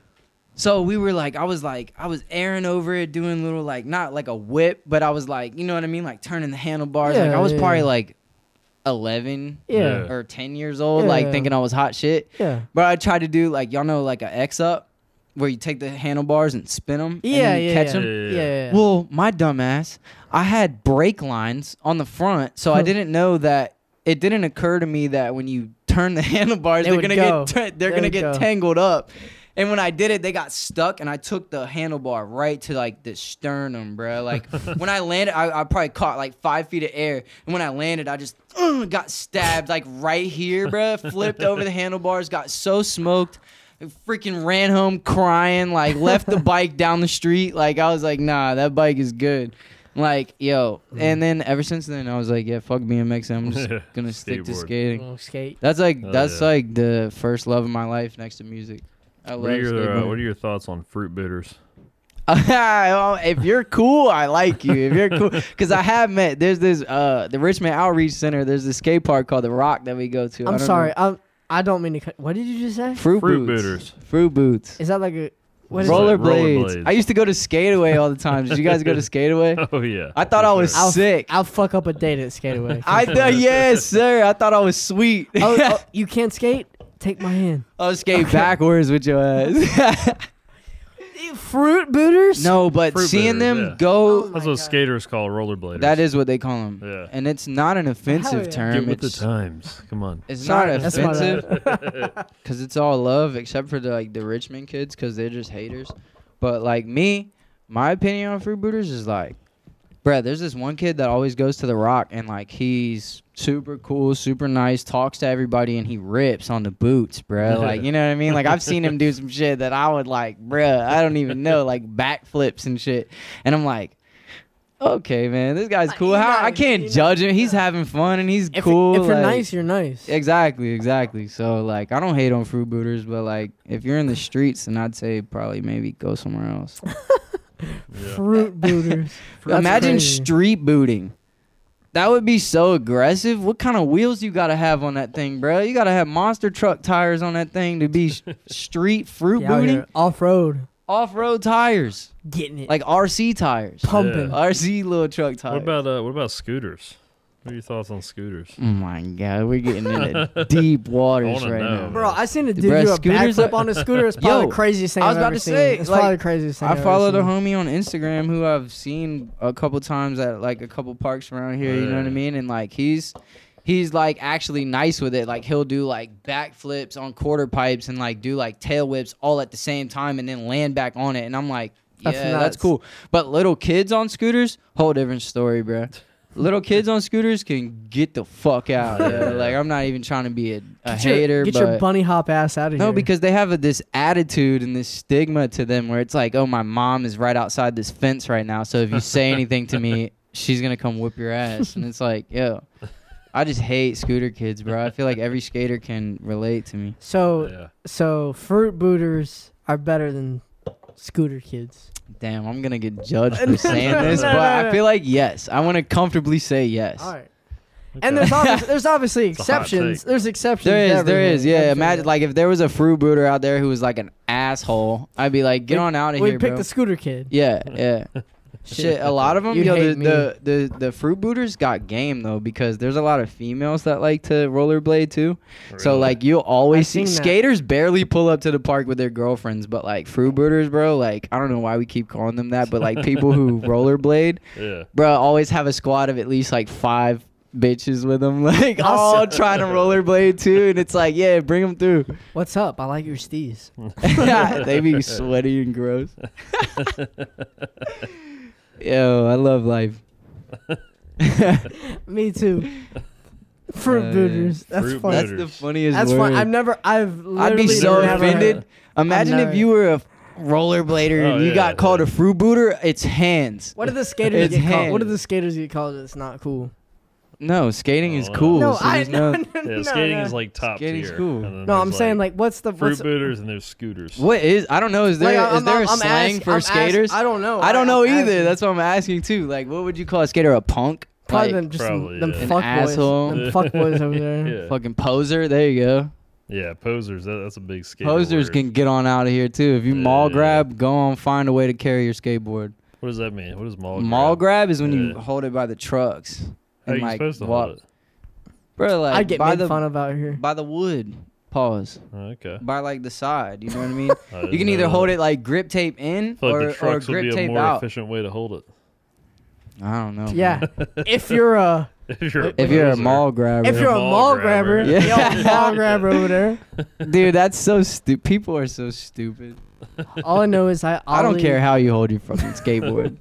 Speaker 3: So we were like, I was like, I was airing over it, doing little like not like a whip, but I was like, you know what I mean, like turning the handlebars. like
Speaker 4: Yeah,
Speaker 3: I was
Speaker 4: yeah,
Speaker 3: probably
Speaker 4: yeah.
Speaker 3: like eleven
Speaker 4: Yeah,
Speaker 3: or ten years old,
Speaker 4: Yeah,
Speaker 3: like
Speaker 4: yeah.
Speaker 3: thinking I was hot shit.
Speaker 4: yeah.
Speaker 3: But I tried to do like y'all know like a X up, where you take the handlebars and spin them,
Speaker 4: Yeah,
Speaker 3: and then you
Speaker 4: yeah,
Speaker 3: catch
Speaker 4: yeah.
Speaker 3: them.
Speaker 4: Yeah,
Speaker 2: Yeah.
Speaker 4: yeah, yeah.
Speaker 3: Well, my dumbass, I had brake lines on the front, so I didn't know that. It didn't occur to me that when you turn the handlebars,
Speaker 4: They
Speaker 3: they are
Speaker 4: would
Speaker 3: gonna
Speaker 4: go.
Speaker 3: get tur- they're
Speaker 4: They
Speaker 3: gonna
Speaker 4: would
Speaker 3: get
Speaker 4: go.
Speaker 3: tangled up. And when I did it, they got stuck, and I took the handlebar right to like the sternum, bro. Like when I landed, I, I probably caught like five feet of air, and when I landed, I just uh, got stabbed like right here, bro. Flipped over the handlebars, got so smoked. I freaking ran home crying, like left the bike down the street. Like I was like, nah, that bike is good. Like, yo. And then ever since then I was like, yeah, fuck BMX. I'm just gonna stick to
Speaker 2: Skateboard.
Speaker 3: skating.
Speaker 4: Little skate.
Speaker 3: That's like
Speaker 2: Oh,
Speaker 3: that's
Speaker 2: yeah.
Speaker 3: like the first love of my life next to music. I love
Speaker 2: What are your uh,
Speaker 3: skateboarding.
Speaker 2: What are your thoughts on fruit bitters?
Speaker 3: Well, if you're cool, I like you. If you're cool, because I have met there's this uh the Richmond Outreach Center. There's this skate park called the Rock that we go to. I
Speaker 4: I'm
Speaker 3: don't
Speaker 4: sorry. I I don't mean to cut. What did you just say?
Speaker 3: know. Fruit,
Speaker 2: Fruit
Speaker 3: boots.
Speaker 2: bitters.
Speaker 3: Fruit boots.
Speaker 4: Is that like a what is
Speaker 2: Roll-
Speaker 4: it?
Speaker 3: Roller
Speaker 2: that? Roller
Speaker 3: blades.
Speaker 2: blades.
Speaker 3: I used to go to Skateaway all the time. Did you guys go to Skateaway?
Speaker 2: Oh yeah.
Speaker 3: I thought
Speaker 2: For
Speaker 3: I was
Speaker 2: sure.
Speaker 4: I'll-
Speaker 3: sick.
Speaker 4: I'll fuck up a date at Skateaway.
Speaker 3: I thought, yes, sir. I thought I was sweet.
Speaker 4: oh, oh, you can't skate? Take my hand.
Speaker 3: I'll skate backwards with your ass.
Speaker 4: Fruit booters?
Speaker 3: no, but
Speaker 2: Fruit bitters,
Speaker 3: seeing them
Speaker 2: yeah.
Speaker 3: go,
Speaker 4: Oh,
Speaker 2: That's
Speaker 4: my
Speaker 2: what
Speaker 4: God.
Speaker 2: skaters call rollerbladers.
Speaker 3: that is what they call them.
Speaker 2: Yeah.
Speaker 3: And it's not an offensive
Speaker 4: yeah.
Speaker 3: term.
Speaker 2: Get with the
Speaker 3: It's,
Speaker 2: times. Come on.
Speaker 3: it's not
Speaker 4: Sorry, that's my bad.
Speaker 3: offensive. because it's all love except for the, like the Richmond kids because they're just haters. But like me, my opinion on fruit booters is like, bruh, there's this one kid that always goes to the rock and like he's super cool, super nice, talks to everybody, and he rips on the boots, bruh. Like you know what I mean? Like I've seen him do some shit that I would like, bruh, I don't even know, like backflips and shit, and I'm like. Okay, man, this guy's
Speaker 4: Like,
Speaker 3: cool.
Speaker 4: you
Speaker 3: How
Speaker 4: know,
Speaker 3: I can't
Speaker 4: you know,
Speaker 3: judge him. He's
Speaker 4: yeah.
Speaker 3: having fun and he's
Speaker 4: If,
Speaker 3: cool.
Speaker 4: if you're
Speaker 3: like-
Speaker 4: nice, you're nice.
Speaker 3: Exactly, exactly. So like I don't hate on fruit booters, but like if you're in the streets then I'd say probably maybe go somewhere else.
Speaker 2: Yeah.
Speaker 4: Fruit booters. That's
Speaker 3: Imagine
Speaker 4: crazy.
Speaker 3: street booting. That would be so aggressive. What kind of wheels you gotta have on that thing, bro? You gotta have monster truck tires on that thing to be s- street fruit
Speaker 4: Yeah, out
Speaker 3: booting.
Speaker 4: here, off-road.
Speaker 3: Off-road tires,
Speaker 4: Getting it.
Speaker 3: like RC tires,
Speaker 4: pumping.
Speaker 2: Yeah.
Speaker 3: RC little truck tires.
Speaker 2: What about uh, What about scooters? What are your thoughts on scooters?
Speaker 3: Oh my god, we're getting into deep waters
Speaker 2: wanna
Speaker 3: right
Speaker 2: know.
Speaker 3: now.
Speaker 4: Bro, I seen a dude
Speaker 3: Bruh,
Speaker 4: do a
Speaker 3: scooters
Speaker 4: backflip
Speaker 3: are-
Speaker 4: on a scooter. It's probably
Speaker 3: Yo,
Speaker 4: the craziest thing
Speaker 3: I was
Speaker 4: I've
Speaker 3: about
Speaker 4: ever
Speaker 3: to
Speaker 4: seen.
Speaker 3: say,
Speaker 4: it's
Speaker 3: like,
Speaker 4: probably the craziest thing
Speaker 3: I
Speaker 4: I've ever
Speaker 3: followed a
Speaker 4: seen.
Speaker 3: homie on Instagram who I've seen a couple times at like a couple parks around here. You know what
Speaker 2: Yeah.
Speaker 3: I mean? And like he's he's like actually nice with it. Like he'll do like backflips on quarter pipes and like do like tail whips all at the same time and then land back on it. And I'm like, yeah,
Speaker 4: That's
Speaker 3: that's,
Speaker 4: nuts.
Speaker 3: cool. But little kids on scooters, whole different story, bro. Little kids on scooters can get the fuck out.
Speaker 2: Yeah.
Speaker 3: yo. Like I'm not even trying to be a, a
Speaker 4: Get your-
Speaker 3: hater.
Speaker 4: Get
Speaker 3: but
Speaker 4: your bunny hop ass out of here.
Speaker 3: no, because they have a, this attitude and this stigma to them where it's like, oh, my mom is right outside this fence right now. So if you say anything to me, she's going to come whip your ass. And it's like, yo, I just hate scooter kids, bro. I feel like every skater can relate to me.
Speaker 4: So,
Speaker 2: Yeah.
Speaker 4: so fruit booters are better than scooter kids.
Speaker 3: Damn, I'm going to get judged for saying this,
Speaker 4: No,
Speaker 3: but
Speaker 4: no,
Speaker 3: I
Speaker 4: no.
Speaker 3: feel like yes. I want to comfortably say yes.
Speaker 4: All right. And there's obviously, there's obviously
Speaker 2: a hot
Speaker 4: exceptions.
Speaker 2: take.
Speaker 4: There's exceptions.
Speaker 3: There
Speaker 4: to
Speaker 3: is, there
Speaker 4: everything.
Speaker 3: is, yeah.
Speaker 4: Absolutely.
Speaker 3: Imagine like if there was a fruit booter out there who was like an asshole, I'd be like, get
Speaker 4: We-
Speaker 3: on out of
Speaker 4: we
Speaker 3: here,
Speaker 4: picked
Speaker 3: bro.
Speaker 4: the scooter kid.
Speaker 3: yeah, yeah. Shit, a lot of them,
Speaker 4: You'd
Speaker 3: yo, the,
Speaker 4: hate me.
Speaker 3: the the the fruit booters got game though because there's a lot of females that like to rollerblade too. So
Speaker 2: Really?
Speaker 3: like you'll always
Speaker 4: I've
Speaker 3: see
Speaker 4: seen that.
Speaker 3: skaters barely pull up to the park with their girlfriends, but like fruit booters, bro, like I don't know why we keep calling them that, but like people who rollerblade,
Speaker 2: yeah.
Speaker 3: bro, always have a squad of at least like five bitches with them, like all trying to rollerblade too, and it's like yeah, bring them through.
Speaker 4: What's up? I like your steez.
Speaker 3: they be sweaty and gross. Yo, I love life.
Speaker 4: Me too. Fruit
Speaker 3: Oh, yeah.
Speaker 4: booters. That's
Speaker 2: Fruit
Speaker 4: funny.
Speaker 3: That's
Speaker 2: Booters.
Speaker 3: the funniest
Speaker 4: That's
Speaker 3: word.
Speaker 4: fine. I've never. I've.
Speaker 3: I'd be
Speaker 4: literally
Speaker 3: so
Speaker 4: never heard-
Speaker 3: offended. Imagine if
Speaker 4: never-
Speaker 3: you were a rollerblader
Speaker 2: Oh,
Speaker 3: and you
Speaker 2: yeah,
Speaker 3: got called
Speaker 2: yeah.
Speaker 3: a fruit booter. It's hands.
Speaker 4: What do the skaters
Speaker 3: It's
Speaker 4: get called? What do
Speaker 3: hands.
Speaker 4: the skaters get called? It's not cool.
Speaker 3: No, skating is
Speaker 2: Oh,
Speaker 3: cool.
Speaker 4: no,
Speaker 3: so
Speaker 4: I
Speaker 3: there's
Speaker 4: no,
Speaker 3: no-
Speaker 4: no,
Speaker 2: Yeah,
Speaker 4: no,
Speaker 2: skating
Speaker 4: no.
Speaker 2: is like top
Speaker 3: Skating's
Speaker 2: tier.
Speaker 3: cool.
Speaker 2: and then
Speaker 4: No, I'm
Speaker 2: there's,
Speaker 4: saying like, what's the
Speaker 2: fruit
Speaker 4: what's
Speaker 2: booters and there's scooters.
Speaker 3: What is? I don't know. Is
Speaker 4: the, like,
Speaker 3: there is
Speaker 4: I'm-
Speaker 3: there a
Speaker 4: I'm- I'm
Speaker 3: slang
Speaker 4: ask-
Speaker 3: for
Speaker 4: I'm ask-
Speaker 3: skaters?
Speaker 4: I don't know.
Speaker 3: I don't know
Speaker 4: I'm
Speaker 3: either.
Speaker 4: asking.
Speaker 3: That's what I'm asking too. Like, what would you call a skater? A punk?
Speaker 4: probably
Speaker 3: like,
Speaker 4: them, just
Speaker 2: Probably,
Speaker 4: them
Speaker 2: yeah.
Speaker 3: An asshole.
Speaker 4: fuckboys. Them fuckboys over there.
Speaker 2: yeah.
Speaker 3: fucking poser. There you go.
Speaker 2: yeah, posers. That, that's a big skater.
Speaker 3: Posers
Speaker 2: word.
Speaker 3: can get on out of here too. If you mall
Speaker 2: Yeah.
Speaker 3: grab, go on find a way to carry your skateboard.
Speaker 2: What does that mean? What is mall?
Speaker 3: mall grab is when you
Speaker 2: Yeah.
Speaker 3: hold it by the trucks.
Speaker 2: How are you
Speaker 3: like,
Speaker 2: supposed to
Speaker 3: walk-
Speaker 2: hold it?
Speaker 3: Bro, like
Speaker 4: I get
Speaker 3: by
Speaker 4: made
Speaker 3: the
Speaker 4: fun of out here.
Speaker 3: by the wood. Pause.
Speaker 2: Oh, okay.
Speaker 3: By like the side. You know what I mean?
Speaker 2: I
Speaker 3: you
Speaker 2: didn't
Speaker 3: can
Speaker 2: know
Speaker 3: either
Speaker 2: that.
Speaker 3: hold it like grip tape in
Speaker 2: I feel
Speaker 3: or,
Speaker 2: like the
Speaker 3: or
Speaker 2: trucks would
Speaker 3: grip
Speaker 2: be a
Speaker 3: tape
Speaker 2: more
Speaker 3: out.
Speaker 2: efficient way to hold it.
Speaker 3: I don't
Speaker 2: Oh,
Speaker 3: know.
Speaker 4: Yeah. if you're a
Speaker 2: If you're a,
Speaker 3: If you're a
Speaker 2: poser.
Speaker 3: mall grabber,
Speaker 4: if you're a mall grabber,
Speaker 3: grabber.
Speaker 4: yeah,
Speaker 3: Yeah.
Speaker 4: mall grabber over there.
Speaker 3: dude, that's so stupid. People are so stupid.
Speaker 4: All I know is I.
Speaker 3: I don't
Speaker 4: ollie-
Speaker 3: care how you hold your fucking skateboard.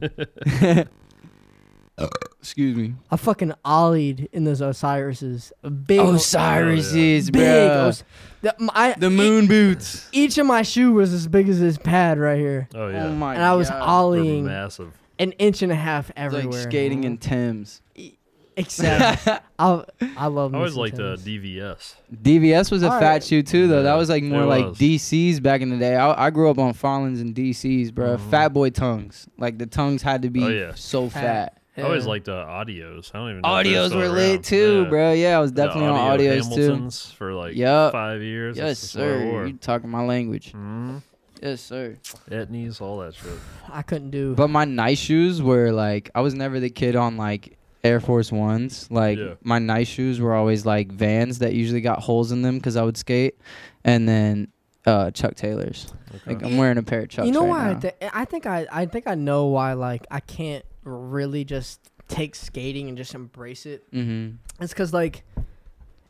Speaker 3: Excuse me.
Speaker 4: I fucking ollied in those Osiris's. A Big,
Speaker 3: Oh, Osiris is
Speaker 4: big.
Speaker 3: bro.
Speaker 4: Os- the, my,
Speaker 3: the moon boots.
Speaker 4: each of my shoe was as big as this pad right here,
Speaker 2: Oh yeah.
Speaker 3: Oh my
Speaker 4: and I was
Speaker 3: God.
Speaker 2: They're
Speaker 4: ollieing
Speaker 2: massive.
Speaker 4: an inch and a half
Speaker 3: It's
Speaker 4: everywhere.
Speaker 3: like skating in Thames.
Speaker 4: exactly. I I love.
Speaker 2: I always
Speaker 4: like
Speaker 2: liked uh, DVS.
Speaker 3: DVS was a
Speaker 4: Alright.
Speaker 3: fat shoe too, though. That
Speaker 2: Yeah,
Speaker 3: was like more
Speaker 2: it
Speaker 3: like
Speaker 2: was.
Speaker 3: DCs back in the day. I, I grew up on Fallons and DCs, bro. Fat boy tongues. Like the tongues had to be
Speaker 2: Mm-hmm. Oh, yeah.
Speaker 3: so
Speaker 4: Fat.
Speaker 3: fat.
Speaker 2: I always liked uh, audios. I don't even. know if they're
Speaker 3: Audios
Speaker 2: still
Speaker 3: were
Speaker 2: around.
Speaker 3: lit too,
Speaker 2: Yeah.
Speaker 3: bro. Yeah, I was
Speaker 2: The
Speaker 3: definitely on
Speaker 2: audio
Speaker 3: audios too.
Speaker 2: Hamiltons for like
Speaker 3: Yup.
Speaker 2: five years.
Speaker 3: Yes,
Speaker 2: That's just what I
Speaker 3: sir.
Speaker 2: wore.
Speaker 3: You talking my language?
Speaker 2: Mhm.
Speaker 3: Yes, sir.
Speaker 2: Etnies, all that shit.
Speaker 4: I couldn't do.
Speaker 3: But my nice shoes were like I was never the kid on like Air Force Ones. Like
Speaker 2: Yeah.
Speaker 3: my nice shoes were always like Vans that usually got holes in them because I would skate, and then uh, Chuck Taylors. Like I'm wearing a pair of Chucks.
Speaker 4: you know
Speaker 3: right
Speaker 4: why?
Speaker 3: now.
Speaker 4: I, thi- I think I I think I know why. Like I can't really just take skating and just embrace it.
Speaker 3: Mm-hmm.
Speaker 4: It's because like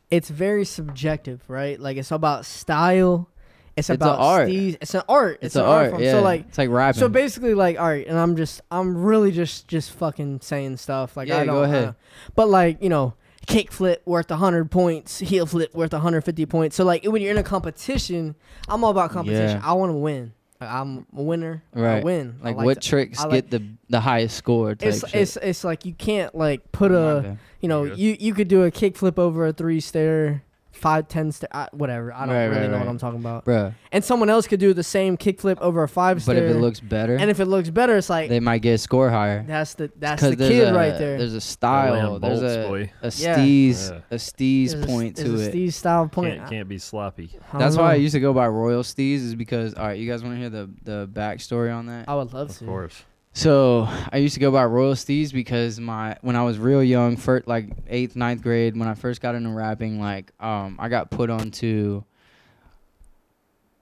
Speaker 4: it's very subjective, right? Like it's about style. It's,
Speaker 3: It's a
Speaker 4: about
Speaker 3: art.
Speaker 4: steez- It's an art.
Speaker 3: It's, an art.
Speaker 4: form.
Speaker 3: Yeah.
Speaker 4: So like
Speaker 3: it's like rapping.
Speaker 4: So basically, like, all right, and I'm just, I'm really just, just fucking saying stuff. Like,
Speaker 3: Yeah,
Speaker 4: I don't,
Speaker 3: go ahead.
Speaker 4: I- but like, you know, kick flip worth 100 points, heel flip worth 150 points. So like, when you're in a competition, I'm all about competition.
Speaker 3: Yeah.
Speaker 4: I want to win. Like, I'm a winner. I
Speaker 3: Right.
Speaker 4: win. I
Speaker 3: like, what
Speaker 4: to-
Speaker 3: tricks
Speaker 4: I like-
Speaker 3: get the the highest score? Type
Speaker 4: it's
Speaker 3: shit.
Speaker 4: it's it's like you can't like put a
Speaker 3: Okay.
Speaker 4: you know
Speaker 2: Yeah.
Speaker 4: you you could do a kick flip over a three stair five ten stair I, whatever I don't
Speaker 3: Right,
Speaker 4: really
Speaker 3: right,
Speaker 4: know what
Speaker 3: right.
Speaker 4: I'm talking about
Speaker 3: Bruh.
Speaker 4: and someone else could do the same kick flip over a five
Speaker 3: But
Speaker 4: stair
Speaker 3: if it looks better,
Speaker 4: and if it looks better it's like
Speaker 3: they might get a score higher.
Speaker 4: That's the that's
Speaker 3: 'Cause
Speaker 4: the
Speaker 3: there's
Speaker 4: kid
Speaker 3: a-
Speaker 4: right there.
Speaker 3: There's a style.
Speaker 2: Land
Speaker 3: There's
Speaker 2: bolts,
Speaker 3: a
Speaker 2: boy.
Speaker 3: a
Speaker 4: Yeah.
Speaker 3: steez
Speaker 2: Yeah.
Speaker 3: a steez
Speaker 4: There's a-
Speaker 3: point
Speaker 4: there's
Speaker 3: to
Speaker 4: a
Speaker 3: it.
Speaker 4: Steve style point.
Speaker 2: Can't, can't be sloppy.
Speaker 4: I don't
Speaker 3: That's why I
Speaker 4: know.
Speaker 3: used to go by Royal Steez is because all right, you guys want to hear the the backstory on that?
Speaker 4: I would love
Speaker 2: Of
Speaker 4: to.
Speaker 2: course.
Speaker 3: So I used to go by Royal Steez because my when I was real young, first like eighth ninth grade, when I first got into rapping, like um I got put onto.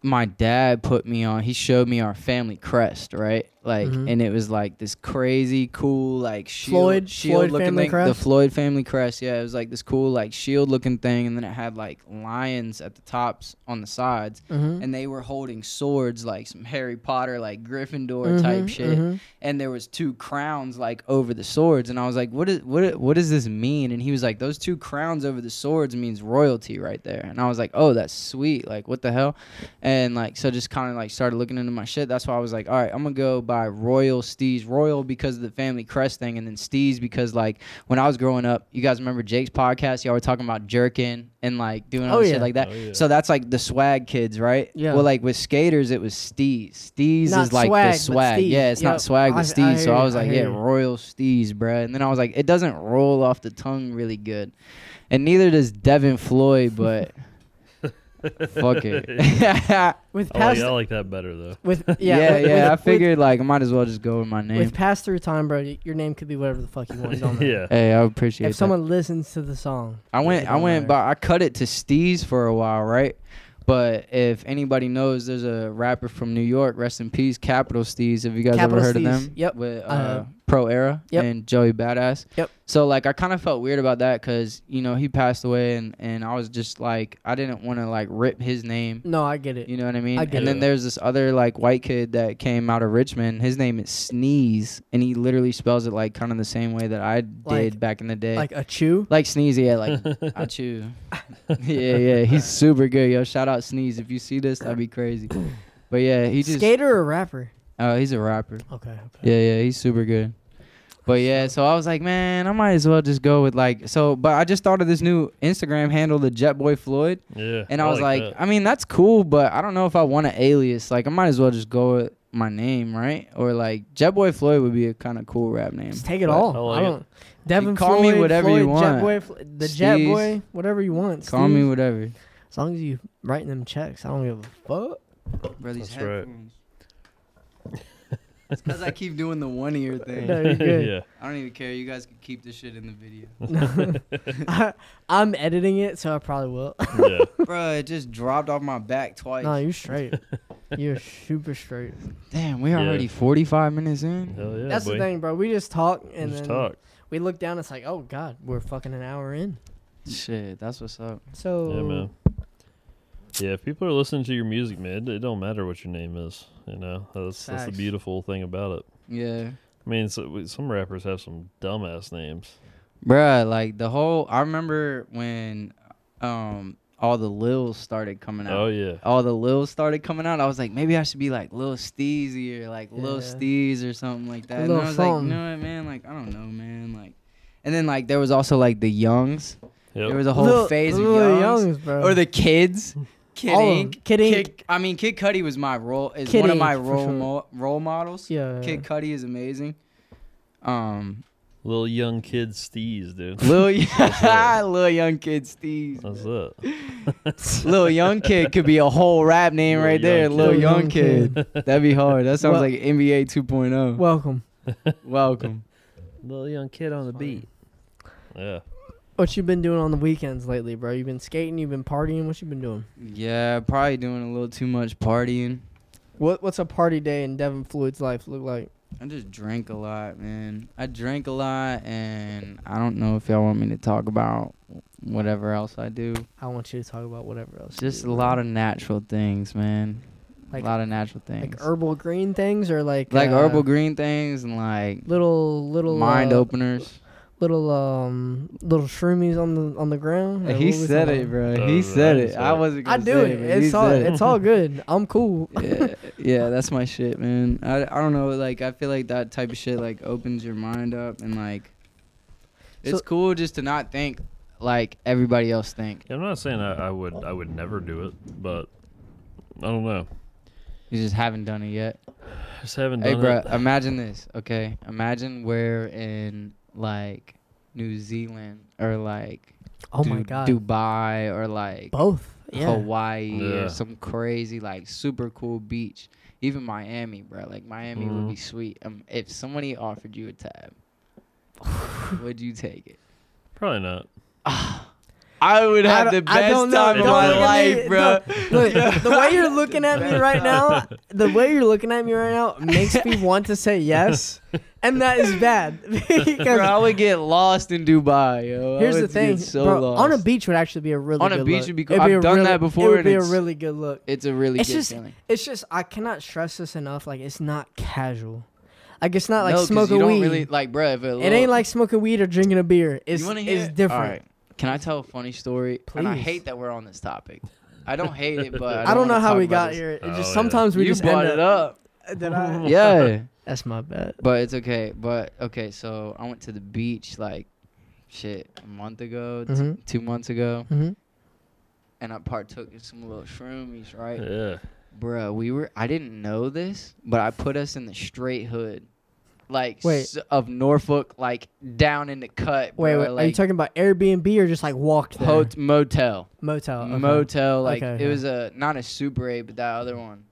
Speaker 3: My dad put me on. He showed me our family crest, right? Like,
Speaker 4: Mhm.
Speaker 3: and it was like this crazy cool, like shield,
Speaker 4: Floyd-
Speaker 3: shield
Speaker 4: Floyd
Speaker 3: looking
Speaker 4: family
Speaker 3: thing. The
Speaker 4: crest?
Speaker 3: Floyd family crest, yeah. It was like this cool, like shield looking thing, and then it had like lions at the tops on the sides
Speaker 4: Mhm.
Speaker 3: and they were holding swords like some Harry Potter like Gryffindor
Speaker 4: Mhm,
Speaker 3: type shit
Speaker 4: mhm.
Speaker 3: and there was two crowns like over the swords and I was like what is what what does this mean and he was like those two crowns over the swords means royalty right there and I was like oh that's sweet like what the hell and like so just kind of like started looking into my shit that's why I was like all right I'm going to go by Royal Steez Royal because of the family crest thing and then Steez because like when I was growing up you guys remember Jake's podcast y'all were talking about jerking and like doing all
Speaker 4: Oh,
Speaker 3: this
Speaker 4: yeah.
Speaker 3: shit like that
Speaker 2: Oh, yeah.
Speaker 3: so that's like the swag kids, right?
Speaker 4: Yeah.
Speaker 3: Well, like with skaters, it was steez. Steez
Speaker 4: Not
Speaker 3: is like
Speaker 4: swag,
Speaker 3: the
Speaker 4: but
Speaker 3: swag.
Speaker 4: steez.
Speaker 3: Yeah, it's
Speaker 4: Yeah,
Speaker 3: not swag,
Speaker 4: I-
Speaker 3: but
Speaker 4: I
Speaker 3: steez. so
Speaker 4: hear
Speaker 3: I
Speaker 4: you,
Speaker 3: was
Speaker 4: I
Speaker 3: like, yeah,
Speaker 4: hear you.
Speaker 3: royal steez, bruh. And then I was like, it doesn't roll off the tongue really good, and neither does Devin Floyd, but Fuck it.
Speaker 4: With
Speaker 2: I like,
Speaker 4: pass
Speaker 2: Oh, I like that better though.
Speaker 4: with
Speaker 3: yeah, yeah.
Speaker 4: yeah, with-
Speaker 3: I
Speaker 4: with-
Speaker 3: figured like I might as well just go with my
Speaker 4: with,
Speaker 3: name.
Speaker 4: pass through time, bro. y- Your name could be whatever the fuck you want. It don't matter.
Speaker 2: yeah.
Speaker 3: hey, I appreciate
Speaker 4: If
Speaker 3: that.
Speaker 4: someone listens to the song,
Speaker 3: I
Speaker 4: it
Speaker 3: went, I
Speaker 4: don't
Speaker 3: went,
Speaker 4: matter.
Speaker 3: but I cut it to Steez for a while, right? But if anybody knows, there's a rapper from New York, rest in peace, Capital Steez. Have you guys
Speaker 4: Capital
Speaker 3: ever heard of
Speaker 4: Steez,
Speaker 3: them?
Speaker 4: yep,
Speaker 3: With uh,
Speaker 4: I have.
Speaker 3: Pro Era
Speaker 4: Yep.
Speaker 3: and Joey Badass.
Speaker 4: Yep.
Speaker 3: So like, I kind of felt weird about that because you know he passed away, and and I was just like, I didn't want to like rip his name.
Speaker 4: no, I get it.
Speaker 3: You know what I mean?
Speaker 4: I get
Speaker 3: and then
Speaker 2: it.
Speaker 3: there's this other like white kid that came out of Richmond. His name is Sneeze, and he literally spells it like kind of the same way that I did
Speaker 4: Like-
Speaker 3: back in the day.
Speaker 4: Like a chew.
Speaker 3: Like Sneezy, yeah, like I chew. yeah, yeah, he's super good, yo. Shout out Sneeze. If you see this, that'd be crazy. But yeah, he just
Speaker 4: Skater or rapper?
Speaker 3: oh, he's a rapper.
Speaker 4: Okay. okay.
Speaker 3: Yeah, yeah, he's super good. But yeah, so I was like, man, I might as well just go with like so. But I just thought of this new Instagram handle, the Jetboy Floyd,
Speaker 2: Yeah.
Speaker 3: and I, was like,
Speaker 2: that.
Speaker 3: I mean, that's cool, but I don't know if I want an alias. Like, I might as well just go with my name, right? Or like Jetboy Floyd would be a kind of cool rap name.
Speaker 4: Just take it
Speaker 3: But
Speaker 4: all.
Speaker 2: I like
Speaker 4: I
Speaker 2: it.
Speaker 4: don't. Devin
Speaker 3: call me
Speaker 4: Floyd,
Speaker 3: whatever
Speaker 4: Floyd,
Speaker 3: you want.
Speaker 4: Jet Boy, Fl- the Jet
Speaker 3: Steez.
Speaker 4: Boy, whatever you want.
Speaker 3: Call me
Speaker 4: Steez.
Speaker 3: whatever,
Speaker 4: as long as you writing them checks. I don't give a fuck.
Speaker 3: bro. These
Speaker 2: That's right.
Speaker 3: headphones. It's because I keep doing the one ear thing.
Speaker 4: No, you're good.
Speaker 2: yeah.
Speaker 3: I don't even care. You guys can keep this shit in the video.
Speaker 4: I, I'm editing it, so I probably will.
Speaker 2: Yeah.
Speaker 3: Bro, it just dropped off my back twice.
Speaker 4: no, you're straight. You're super straight.
Speaker 3: Damn, we're
Speaker 2: Yeah.
Speaker 3: already 45 minutes in.
Speaker 2: Hell yeah.
Speaker 4: That's
Speaker 2: boy.
Speaker 4: the thing, bro. We just talk and
Speaker 2: Just
Speaker 4: then
Speaker 2: talk.
Speaker 4: we look down. It's like, oh god, we're fucking an hour in.
Speaker 3: Shit, that's what's up.
Speaker 4: So
Speaker 2: Yeah, man. Yeah, if people are listening to your music, man, it, it don't matter what your name is. You know, that's that's the
Speaker 4: Facts.
Speaker 2: beautiful thing about it.
Speaker 3: Yeah.
Speaker 2: I mean, so, we- some rappers have some dumbass names.
Speaker 3: Bruh, like the whole. I remember when um all the Lils started coming out.
Speaker 2: Oh yeah,
Speaker 3: All the Lils started coming out. I was like, maybe I should be like Lil Steezy or like Lil
Speaker 4: Yeah.
Speaker 3: Steez or something like that. And
Speaker 4: Lil
Speaker 3: I was like,
Speaker 4: Thumb.
Speaker 3: you know what, man? Like, I don't know, man. Like, and then like there was also like the Youngs.
Speaker 2: yep.
Speaker 3: There was a whole
Speaker 4: Lil-
Speaker 3: phase of
Speaker 4: Lil
Speaker 3: Youngs.
Speaker 4: bro.
Speaker 3: or the kids. Kid
Speaker 4: All of 'em.
Speaker 3: Ink.
Speaker 4: Kid Ink.
Speaker 3: I mean, Kid Cudi was my role is
Speaker 4: Kid
Speaker 3: one of my
Speaker 4: Ink, for
Speaker 3: role
Speaker 4: sure.
Speaker 3: mo- role models.
Speaker 4: yeah.
Speaker 3: Kid Cudi is amazing. Um,
Speaker 2: little young kid steez, dude.
Speaker 3: Lil,
Speaker 2: it.
Speaker 3: Lil Young Kid Steez.
Speaker 2: That's it.
Speaker 3: Lil Young Kid could be a whole rap name
Speaker 2: Lil
Speaker 3: right there.
Speaker 2: Young
Speaker 3: Lil
Speaker 4: Kid.
Speaker 3: Young Kid. That'd be hard. That sounds
Speaker 4: Well-
Speaker 3: like NBA 2.0.
Speaker 4: Welcome.
Speaker 3: oh. Welcome.
Speaker 2: Little young kid on the
Speaker 4: Funny.
Speaker 2: beat. Yeah.
Speaker 4: What you been doing on the weekends lately, bro? You been skating? You been partying? What you been doing?
Speaker 3: Yeah, probably doing a little too much partying.
Speaker 4: What What's a party day in Devin Floyd's life look like?
Speaker 3: I just drank a lot, man. I drank a lot, and I don't know if y'all want me to talk about whatever else I do.
Speaker 4: I want you to talk about whatever else.
Speaker 3: Just a lot of natural things, man.
Speaker 4: Like-
Speaker 3: a lot of natural things,
Speaker 4: like
Speaker 3: like,
Speaker 4: herbal green things or like uh,
Speaker 3: herbal green things and like
Speaker 4: little little
Speaker 3: mind
Speaker 4: uh,
Speaker 3: openers.
Speaker 4: little um little shroomies on the on the ground. Like,
Speaker 3: he
Speaker 4: what we
Speaker 3: said
Speaker 4: talking
Speaker 3: it,
Speaker 4: about?
Speaker 3: bro.
Speaker 2: Oh,
Speaker 3: He
Speaker 2: I
Speaker 3: said
Speaker 2: didn't
Speaker 3: it.
Speaker 2: say
Speaker 3: I
Speaker 2: it.
Speaker 3: wasn't.
Speaker 4: I
Speaker 3: Gonna
Speaker 4: do
Speaker 3: say
Speaker 4: it.
Speaker 3: but he
Speaker 4: It's all
Speaker 3: said it.
Speaker 4: it's all good. I'm cool.
Speaker 3: yeah, yeah, that's my shit, man. I, I don't know, like I feel like that type of shit like opens your mind up and like it's
Speaker 4: So-
Speaker 3: cool just to not think like everybody else think.
Speaker 2: I'm not saying I, I would I would never do it, but I don't know.
Speaker 3: You just haven't done it yet.
Speaker 2: I just haven't
Speaker 3: Hey,
Speaker 2: done
Speaker 3: bro,
Speaker 2: it.
Speaker 3: imagine this, okay? Imagine we're in like New Zealand or like
Speaker 4: Oh my
Speaker 3: Du-
Speaker 4: god.
Speaker 3: Dubai or like
Speaker 4: Both. Yeah.
Speaker 3: Hawaii
Speaker 2: Yeah.
Speaker 3: or some crazy like super cool beach. Even Miami, bro. Like Miami would
Speaker 2: Mhm.
Speaker 3: be sweet. Um, if somebody offered you a tab, would you take it?
Speaker 2: Probably not.
Speaker 3: I would
Speaker 4: I
Speaker 3: have
Speaker 4: don't-
Speaker 3: the
Speaker 4: I
Speaker 3: best
Speaker 4: don't know.
Speaker 3: time of
Speaker 4: Don't
Speaker 3: my
Speaker 4: look at me.
Speaker 3: life, bro.
Speaker 4: Look, the way you're looking at me right now, the way you're looking at me right now makes me want to say yes, and that is bad.
Speaker 3: Bro, I
Speaker 4: because
Speaker 3: would get lost in Dubai, yo. I
Speaker 4: here's the
Speaker 3: would get
Speaker 4: thing,
Speaker 3: so
Speaker 4: bro,
Speaker 3: lost.
Speaker 4: on a beach would actually be a really
Speaker 3: On a
Speaker 4: good
Speaker 3: beach
Speaker 4: look.
Speaker 3: would be cool.
Speaker 4: It'd
Speaker 3: I've
Speaker 4: a
Speaker 3: done
Speaker 4: really-
Speaker 3: that before
Speaker 4: It would
Speaker 3: and
Speaker 4: be a
Speaker 3: it's-
Speaker 4: really good look.
Speaker 3: it's a really
Speaker 4: It's
Speaker 3: good
Speaker 4: just-
Speaker 3: feeling.
Speaker 4: It's just I cannot stress this enough. Like it's not casual. Like it's not like
Speaker 3: 'cause
Speaker 4: smoking
Speaker 3: you don't
Speaker 4: weed.
Speaker 3: Really, like, bro, if
Speaker 4: it ain't like smoking weed or drinking a beer. It's it's different.
Speaker 3: Can I tell a funny story? And I
Speaker 4: Please.
Speaker 3: hate that we're on this topic. I don't hate it, but I
Speaker 4: I
Speaker 3: don't,
Speaker 4: don't, know
Speaker 3: wanna
Speaker 4: how
Speaker 3: talk
Speaker 4: we
Speaker 3: about
Speaker 4: got
Speaker 3: this.
Speaker 4: here. It
Speaker 2: Oh,
Speaker 4: just
Speaker 2: yeah.
Speaker 4: sometimes we
Speaker 3: you
Speaker 4: just
Speaker 3: brought
Speaker 4: end
Speaker 3: it up.
Speaker 4: Did I?
Speaker 3: yeah,
Speaker 4: That's my bad.
Speaker 3: but it's okay. But okay, so I went to the beach like shit a month ago, t-
Speaker 4: Mhm.
Speaker 3: two months ago,
Speaker 4: Mm-hmm.
Speaker 3: and I partook in some little shroomies, right?
Speaker 2: Yeah.
Speaker 3: Bruh, we were I didn't know this, but I put us in the straight hood. like
Speaker 4: Wait.
Speaker 3: s- of Norfolk, like down in the cut.
Speaker 4: Wait,
Speaker 3: bro,
Speaker 4: wait. are you
Speaker 3: like
Speaker 4: talking about Airbnb or just like walked there?
Speaker 3: hot- motel,
Speaker 4: motel. Oh, okay.
Speaker 3: motel. Like
Speaker 4: Okay, okay.
Speaker 3: it was a not a Super Eight, but that other one,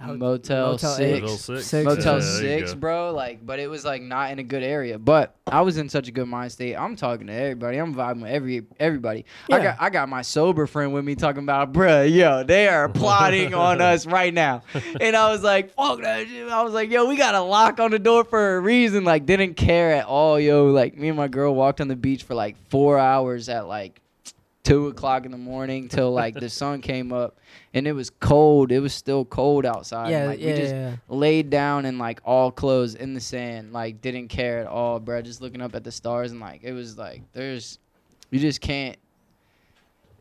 Speaker 4: Hot-
Speaker 3: Motel,
Speaker 4: Motel
Speaker 3: Six.
Speaker 2: Motel six.
Speaker 4: Six.
Speaker 3: Motel
Speaker 2: Yeah, there you
Speaker 3: Six,
Speaker 2: go.
Speaker 3: bro. Like, but it was like not in a good area. But I was in such a good mind state. I'm talking to everybody. I'm vibing with every everybody. I
Speaker 4: Yeah.
Speaker 3: got I got my sober friend with me talking about, bruh, yo, they are plotting on us right now. And I was like, fuck that shit. I was like, yo, we got a lock on the door for a reason. Like, didn't care at all, yo. Like, me and my girl walked on the beach for like four hours at like two o'clock in the morning till like the sun came up, and it was cold. It was still cold outside.
Speaker 4: Yeah,
Speaker 3: like,
Speaker 4: yeah,
Speaker 3: we just
Speaker 4: yeah, yeah.
Speaker 3: laid down in like all clothes in the sand, like didn't care at all, bro. Just looking up at the stars and like it was like there's, you just can't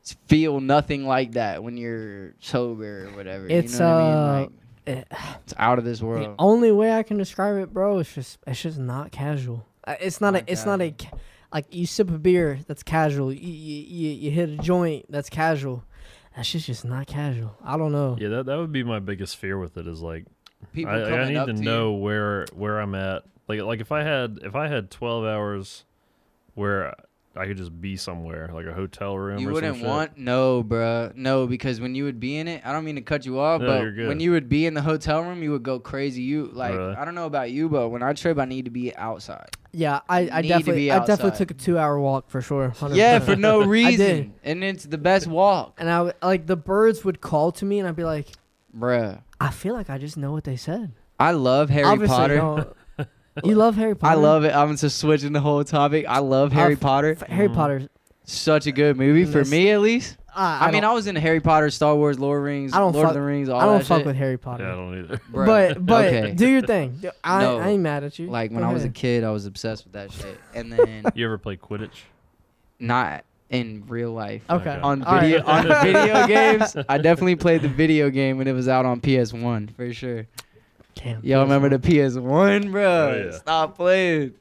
Speaker 3: s- feel nothing like that when you're sober or whatever.
Speaker 4: It's,
Speaker 3: you know what I
Speaker 4: uh,
Speaker 3: mean? Like, it's out of this
Speaker 4: The
Speaker 3: world.
Speaker 4: only way I can describe it, bro, is just it's just not casual. Uh, It's not,
Speaker 3: Not
Speaker 4: a. It's not a. ca- Like you sip a beer, that's casual. You you, you, you hit a joint, that's casual. That shit's just not casual. I don't know.
Speaker 2: Yeah, that, that would be my biggest fear with it is like
Speaker 3: People
Speaker 2: I, I
Speaker 3: coming
Speaker 2: need
Speaker 3: up
Speaker 2: to
Speaker 3: you.
Speaker 2: know where where I'm at. Like like if I had if I had 12 hours where I could just be somewhere like a hotel room.
Speaker 3: You
Speaker 2: or some
Speaker 3: wouldn't
Speaker 2: shit.
Speaker 3: want no, bruh, no, because when you would be in it, I don't mean to cut you off,
Speaker 2: No,
Speaker 3: but
Speaker 2: you're good.
Speaker 3: when you would be in the hotel room, you would go crazy. You like,
Speaker 2: Really?
Speaker 3: I don't know about you, but when I trip, I need to be outside.
Speaker 4: Yeah, I, I
Speaker 3: Need to
Speaker 4: definitely
Speaker 3: be
Speaker 4: I definitely
Speaker 3: outside.
Speaker 4: took a two hour walk for sure. 100%.
Speaker 3: Yeah, for no
Speaker 4: did.
Speaker 3: reason, and it's the best walk,
Speaker 4: and I w- like the birds would call to me, and I'd be like,
Speaker 3: bruh.
Speaker 4: I feel like I just know what they said.
Speaker 3: I love Harry
Speaker 4: Obviously,
Speaker 3: Potter.
Speaker 4: no. you love Harry
Speaker 3: I
Speaker 4: Potter.
Speaker 3: love it. I'm just switching the whole topic. I love Harry Mm.
Speaker 4: I've-
Speaker 3: Potter.
Speaker 4: F- Harry
Speaker 2: Mhm.
Speaker 4: Potter.
Speaker 3: Such a good movie for
Speaker 4: Listen.
Speaker 3: me, at least.
Speaker 4: I,
Speaker 3: I, mean, I was into Harry Potter, Star Wars, Lord of the Rings,
Speaker 4: I don't
Speaker 3: Lord of
Speaker 4: fuck-
Speaker 3: the Rings, all
Speaker 4: I don't
Speaker 3: that
Speaker 4: fuck
Speaker 3: shit.
Speaker 4: with Harry
Speaker 2: Yeah,
Speaker 4: Potter.
Speaker 2: I don't either.
Speaker 3: Bruh.
Speaker 4: But but
Speaker 3: Okay.
Speaker 4: do your thing. Do- I,
Speaker 3: No.
Speaker 4: I ain't mad at you.
Speaker 3: like when
Speaker 4: Go
Speaker 3: I was a
Speaker 4: ahead.
Speaker 3: kid, I was obsessed with that shit, and then
Speaker 2: You ever play Quidditch?
Speaker 3: not in real life.
Speaker 4: Okay.
Speaker 2: Okay.
Speaker 3: On
Speaker 4: All
Speaker 3: video,
Speaker 4: right.
Speaker 3: on video games, I definitely played the video game when it was out on PS1 for sure.
Speaker 4: Damn.
Speaker 3: Y'all remember the PS1, bro?
Speaker 2: Oh, yeah.
Speaker 3: Stop playing.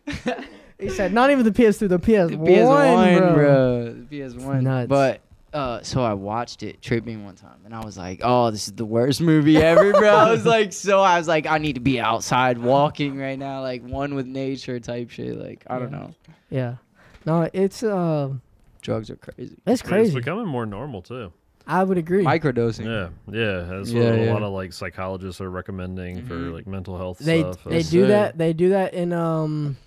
Speaker 4: He said not even the PS2, the PS1,
Speaker 3: The PS1, bro.
Speaker 4: bro.
Speaker 3: The PS1.
Speaker 4: nuts.
Speaker 3: But uh, so I watched it tripping one time, and I was like, "Oh, this is the worst movie ever, bro." I was like, so I was like, I need to be outside walking right now, like one with nature type shit. Like I don't
Speaker 4: Yeah.
Speaker 3: know,
Speaker 4: Yeah. No, it's um,
Speaker 3: drugs are crazy.
Speaker 4: it's
Speaker 2: Dude, It's
Speaker 4: crazy.
Speaker 2: becoming more normal too.
Speaker 4: I would agree.
Speaker 3: Microdosing.
Speaker 2: Yeah, yeah. That's
Speaker 3: Yeah,
Speaker 2: what
Speaker 3: yeah.
Speaker 2: a lot of like psychologists are recommending for
Speaker 3: Mhm.
Speaker 2: like mental health
Speaker 4: they
Speaker 2: stuff.
Speaker 4: they
Speaker 2: It's-
Speaker 4: do
Speaker 3: sir.
Speaker 4: that. They do that in um,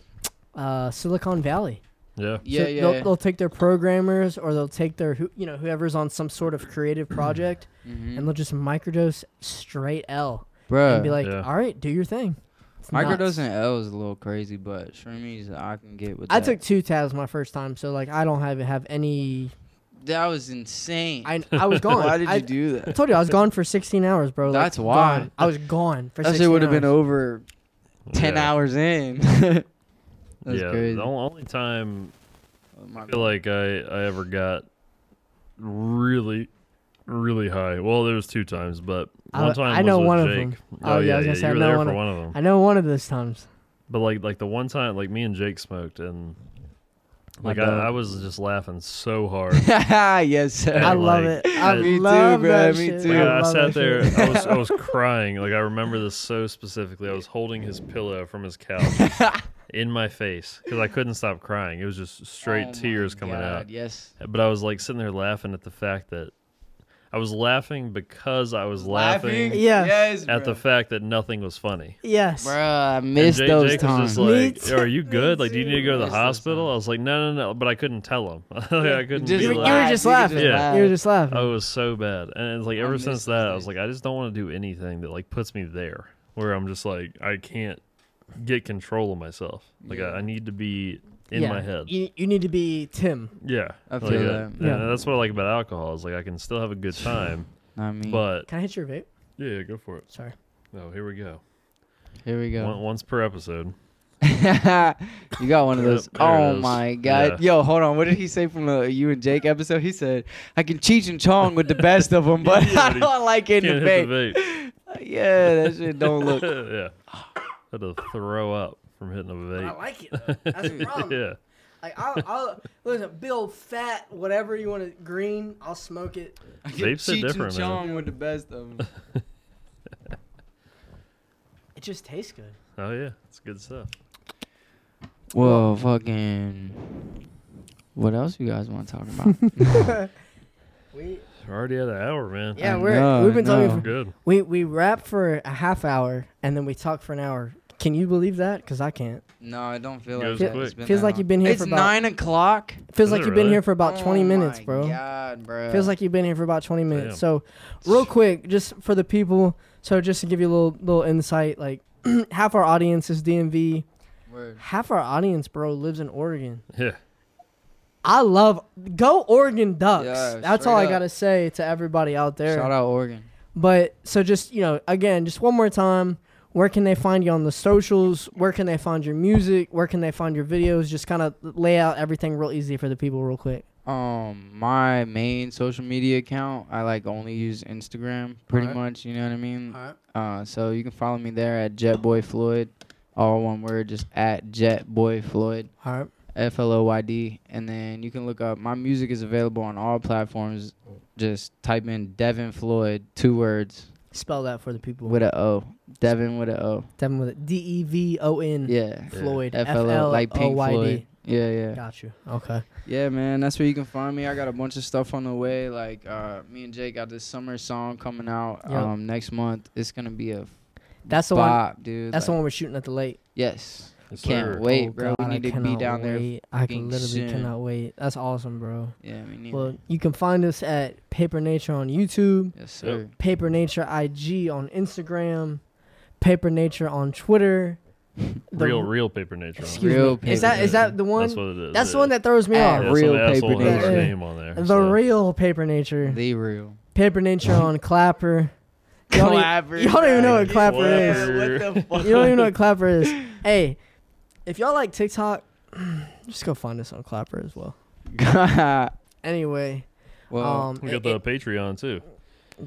Speaker 4: uh, Silicon Valley.
Speaker 2: yeah,
Speaker 3: Yeah,
Speaker 4: So
Speaker 3: yeah.
Speaker 4: They'll,
Speaker 3: yeah.
Speaker 4: they'll take their programmers or they'll take their who, you know whoever's on some sort of creative project
Speaker 3: Mhm.
Speaker 4: and they'll just microdose straight L
Speaker 3: Bruh.
Speaker 4: and be like,
Speaker 2: Yeah.
Speaker 4: all right, do your thing. It's nuts.
Speaker 3: Microdosing L is a little crazy, but shroomies I can get with.
Speaker 4: I
Speaker 3: that.
Speaker 4: took two tabs my first time, so like I don't have have any.
Speaker 3: that was insane.
Speaker 4: I I was gone.
Speaker 3: Why did
Speaker 4: I,
Speaker 3: you do
Speaker 4: I
Speaker 3: that?
Speaker 4: told you I was gone for 16 hours, bro. like,
Speaker 3: That's why.
Speaker 4: gone. I was gone for
Speaker 3: That
Speaker 4: 16
Speaker 3: shit would have been
Speaker 4: hours.
Speaker 3: over ten
Speaker 2: yeah.
Speaker 3: hours in. That's
Speaker 2: yeah,
Speaker 3: crazy.
Speaker 2: the on- only time
Speaker 3: Oh my
Speaker 2: I feel like I I ever got really really high. Well, there was two times, but
Speaker 4: I-
Speaker 2: one time
Speaker 4: I know
Speaker 2: was with
Speaker 4: one of
Speaker 2: Jake.
Speaker 4: them.
Speaker 2: Oh, yeah,
Speaker 4: Oh, yeah, I was
Speaker 2: yeah,
Speaker 4: gonna say, I
Speaker 2: you were
Speaker 4: know
Speaker 2: there
Speaker 4: one
Speaker 2: for
Speaker 4: of-
Speaker 2: one of them.
Speaker 4: I know one of those times.
Speaker 2: But like like the one time, like me and Jake smoked, and
Speaker 3: My
Speaker 2: like I,
Speaker 3: dog.
Speaker 2: I was just laughing so hard.
Speaker 3: God. yes, sir.
Speaker 2: Yeah,
Speaker 4: I
Speaker 2: like-
Speaker 4: love it. I
Speaker 3: Me too,
Speaker 4: love
Speaker 3: bro,
Speaker 4: that
Speaker 3: me
Speaker 4: shit.
Speaker 2: Like,
Speaker 3: too.
Speaker 2: I,
Speaker 4: love
Speaker 2: sat
Speaker 4: that
Speaker 2: there.
Speaker 4: shit.
Speaker 2: I was I was crying. Like I remember this so specifically. I was holding his pillow from his couch in my face because I couldn't stop crying. It was just straight
Speaker 3: Oh
Speaker 2: tears
Speaker 3: my
Speaker 2: coming
Speaker 3: God, Yes.
Speaker 2: out. But I was like sitting there laughing at the fact that I was laughing because I was laughing,
Speaker 4: Yes.
Speaker 3: Yes.
Speaker 2: at
Speaker 3: bro.
Speaker 2: the fact that nothing was funny.
Speaker 4: Yes.
Speaker 3: Bruh, I
Speaker 2: And
Speaker 3: miss
Speaker 2: Jay-
Speaker 3: those
Speaker 2: Jake was
Speaker 3: times.
Speaker 2: just
Speaker 4: Me
Speaker 2: like, "Are you good? Like, do you need to go to the
Speaker 3: Miss those
Speaker 2: hospital?" I was like, "No, no, no," but I couldn't tell him. Like, I couldn't.
Speaker 3: Just
Speaker 2: be
Speaker 4: You, were- you
Speaker 2: like-
Speaker 4: were
Speaker 3: laugh,
Speaker 4: just
Speaker 3: you could
Speaker 4: laughing.
Speaker 2: just Yeah.
Speaker 4: You were just laughing.
Speaker 2: Oh, it was so bad. And it's like
Speaker 3: I
Speaker 2: ever
Speaker 3: miss
Speaker 2: since
Speaker 3: those
Speaker 2: that, I was
Speaker 3: days.
Speaker 2: like, I just don't want to do anything that like puts me there where I'm just like I can't get control of myself. Like
Speaker 3: Yeah.
Speaker 2: I, I need to be in
Speaker 4: Yeah.
Speaker 2: my head.
Speaker 4: You, you need to be Tim.
Speaker 2: Yeah,
Speaker 3: I
Speaker 2: Like,
Speaker 3: feel
Speaker 2: uh,
Speaker 3: that.
Speaker 2: and
Speaker 4: Yeah.
Speaker 2: that's what I like about alcohol is like I can still have a good time,
Speaker 3: I mean,
Speaker 2: but
Speaker 4: Can I hit your vape?
Speaker 2: yeah, go for it.
Speaker 4: Sorry.
Speaker 2: Oh, here we go.
Speaker 3: here we go.
Speaker 2: One, once per episode.
Speaker 3: you got one
Speaker 2: Yep,
Speaker 3: of those.
Speaker 2: there
Speaker 3: oh
Speaker 2: it is.
Speaker 3: my god. Yo, hold on. What did he say from the you and Jake episode? He said, "I can cheat and chong with the best of them, but
Speaker 2: Yeah, but
Speaker 3: I
Speaker 2: he
Speaker 3: don't like it in
Speaker 2: Can't
Speaker 3: the
Speaker 2: hit
Speaker 3: vape."
Speaker 2: the vape.
Speaker 3: Yeah, that shit don't look.
Speaker 2: yeah, had to throw up from hitting a vape.
Speaker 4: like it. Though. That's the
Speaker 2: yeah,
Speaker 4: Like I'll, I'll listen, Bill, fat, whatever you want to green, I'll smoke it.
Speaker 3: I can
Speaker 2: Vapes are
Speaker 3: cheat and
Speaker 2: different, man.
Speaker 3: chong with the best of them.
Speaker 4: It just tastes good.
Speaker 2: Oh yeah, it's good stuff.
Speaker 3: Well, fucking. What else you guys want to talk about?
Speaker 4: We
Speaker 2: We're already at an hour, man.
Speaker 4: yeah,
Speaker 3: I
Speaker 4: we're
Speaker 3: know,
Speaker 4: we've
Speaker 3: I
Speaker 4: been talking
Speaker 3: know.
Speaker 2: We're
Speaker 4: for
Speaker 2: good.
Speaker 4: we we rap for a half hour and then we talk for an hour. Can you believe that? Cause I can't.
Speaker 3: no, I don't feel
Speaker 2: Goes
Speaker 3: like that.
Speaker 2: quick.
Speaker 3: It's been
Speaker 4: Feels
Speaker 3: that
Speaker 4: like
Speaker 3: long.
Speaker 4: you've been here
Speaker 3: It's
Speaker 4: for about-
Speaker 3: nine o'clock.
Speaker 4: Feels
Speaker 2: Is
Speaker 4: like
Speaker 2: it
Speaker 4: you've been
Speaker 2: really?
Speaker 4: here for about
Speaker 3: Oh
Speaker 4: 20 minutes,
Speaker 3: my
Speaker 4: bro.
Speaker 3: God, bro.
Speaker 4: Feels like you've been here for about 20
Speaker 2: Damn.
Speaker 4: minutes. So, real quick, just for the people, so just to give you a little little insight, like half our audience is DMV,
Speaker 3: Word.
Speaker 4: half our audience, bro, lives in Oregon.
Speaker 2: Yeah.
Speaker 4: I love go Oregon Ducks.
Speaker 3: Yeah,
Speaker 4: That's all
Speaker 3: straight
Speaker 4: I
Speaker 3: up.
Speaker 4: gotta say to everybody out there.
Speaker 3: Shout out Oregon.
Speaker 4: But so just you know, again, just one more time. Where can they find you on the socials? Where can they find your music? Where can they find your videos? Just kind of lay out everything real easy for the people, real quick.
Speaker 3: Um, my main social media account, I like only use Instagram, pretty
Speaker 1: Alright.
Speaker 3: much. You know what I mean?
Speaker 1: All right.
Speaker 3: Uh, so you can follow me there at JetBoyFloyd, all one word, just at JetBoyFloyd,
Speaker 4: All right.
Speaker 3: F L O Y D, and then you can look up. My music is available on all platforms. Just type in Devin Floyd, two words
Speaker 4: Spell that for the people.
Speaker 3: with a O, Devin with a O.
Speaker 4: Devin with it. D E V O N.
Speaker 3: Yeah,
Speaker 4: Floyd.
Speaker 3: F
Speaker 4: F
Speaker 3: L O like Pink Floyd. Yeah, yeah.
Speaker 4: Got you. Okay.
Speaker 3: Yeah, man, that's where you can find me. I got a bunch of stuff on the way. Like uh, me and Jake got this summer song coming out
Speaker 4: Yep.
Speaker 3: um, next month. It's gonna be a
Speaker 4: That's the one.
Speaker 3: bop, dude.
Speaker 4: That's the
Speaker 3: Like,
Speaker 4: one we're shooting at the late.
Speaker 3: Yes,
Speaker 2: Yes,
Speaker 3: Can't
Speaker 2: sir.
Speaker 3: wait, bro. We
Speaker 4: I
Speaker 3: need to be
Speaker 4: cannot
Speaker 3: down there
Speaker 4: wait. I
Speaker 3: fucking
Speaker 4: can literally
Speaker 3: soon.
Speaker 4: cannot wait. That's awesome, bro.
Speaker 3: yeah, me neither.
Speaker 4: Well, you can find us at Paper Nature on YouTube,
Speaker 3: yes, sir.
Speaker 4: Paper Nature IG on Instagram, Paper Nature on Twitter. The-
Speaker 2: Real, real paper nature. on it.
Speaker 4: Excuse
Speaker 3: Real
Speaker 4: me. Is that is that the one?
Speaker 2: That's
Speaker 4: That's,
Speaker 2: what it is.
Speaker 4: the one that throws me
Speaker 3: Ah,
Speaker 4: off.
Speaker 2: yeah,
Speaker 3: Real
Speaker 2: some asshole
Speaker 3: Paper
Speaker 2: has his
Speaker 4: Nature.
Speaker 2: name on there.
Speaker 4: The
Speaker 2: so.
Speaker 4: real Paper Nature.
Speaker 3: The real.
Speaker 4: Paper Nature on Clapper. Y'all need-
Speaker 3: Clapper.
Speaker 4: y'all don't even know what Clapper
Speaker 2: is.
Speaker 3: What the fuck?
Speaker 4: you don't even know what Clapper is. Hey, if y'all like TikTok, just go find us on Clapper as well.
Speaker 3: God.
Speaker 4: Anyway,
Speaker 3: Well,
Speaker 4: um,
Speaker 2: We got
Speaker 4: it-
Speaker 2: the Patreon too.
Speaker 4: it-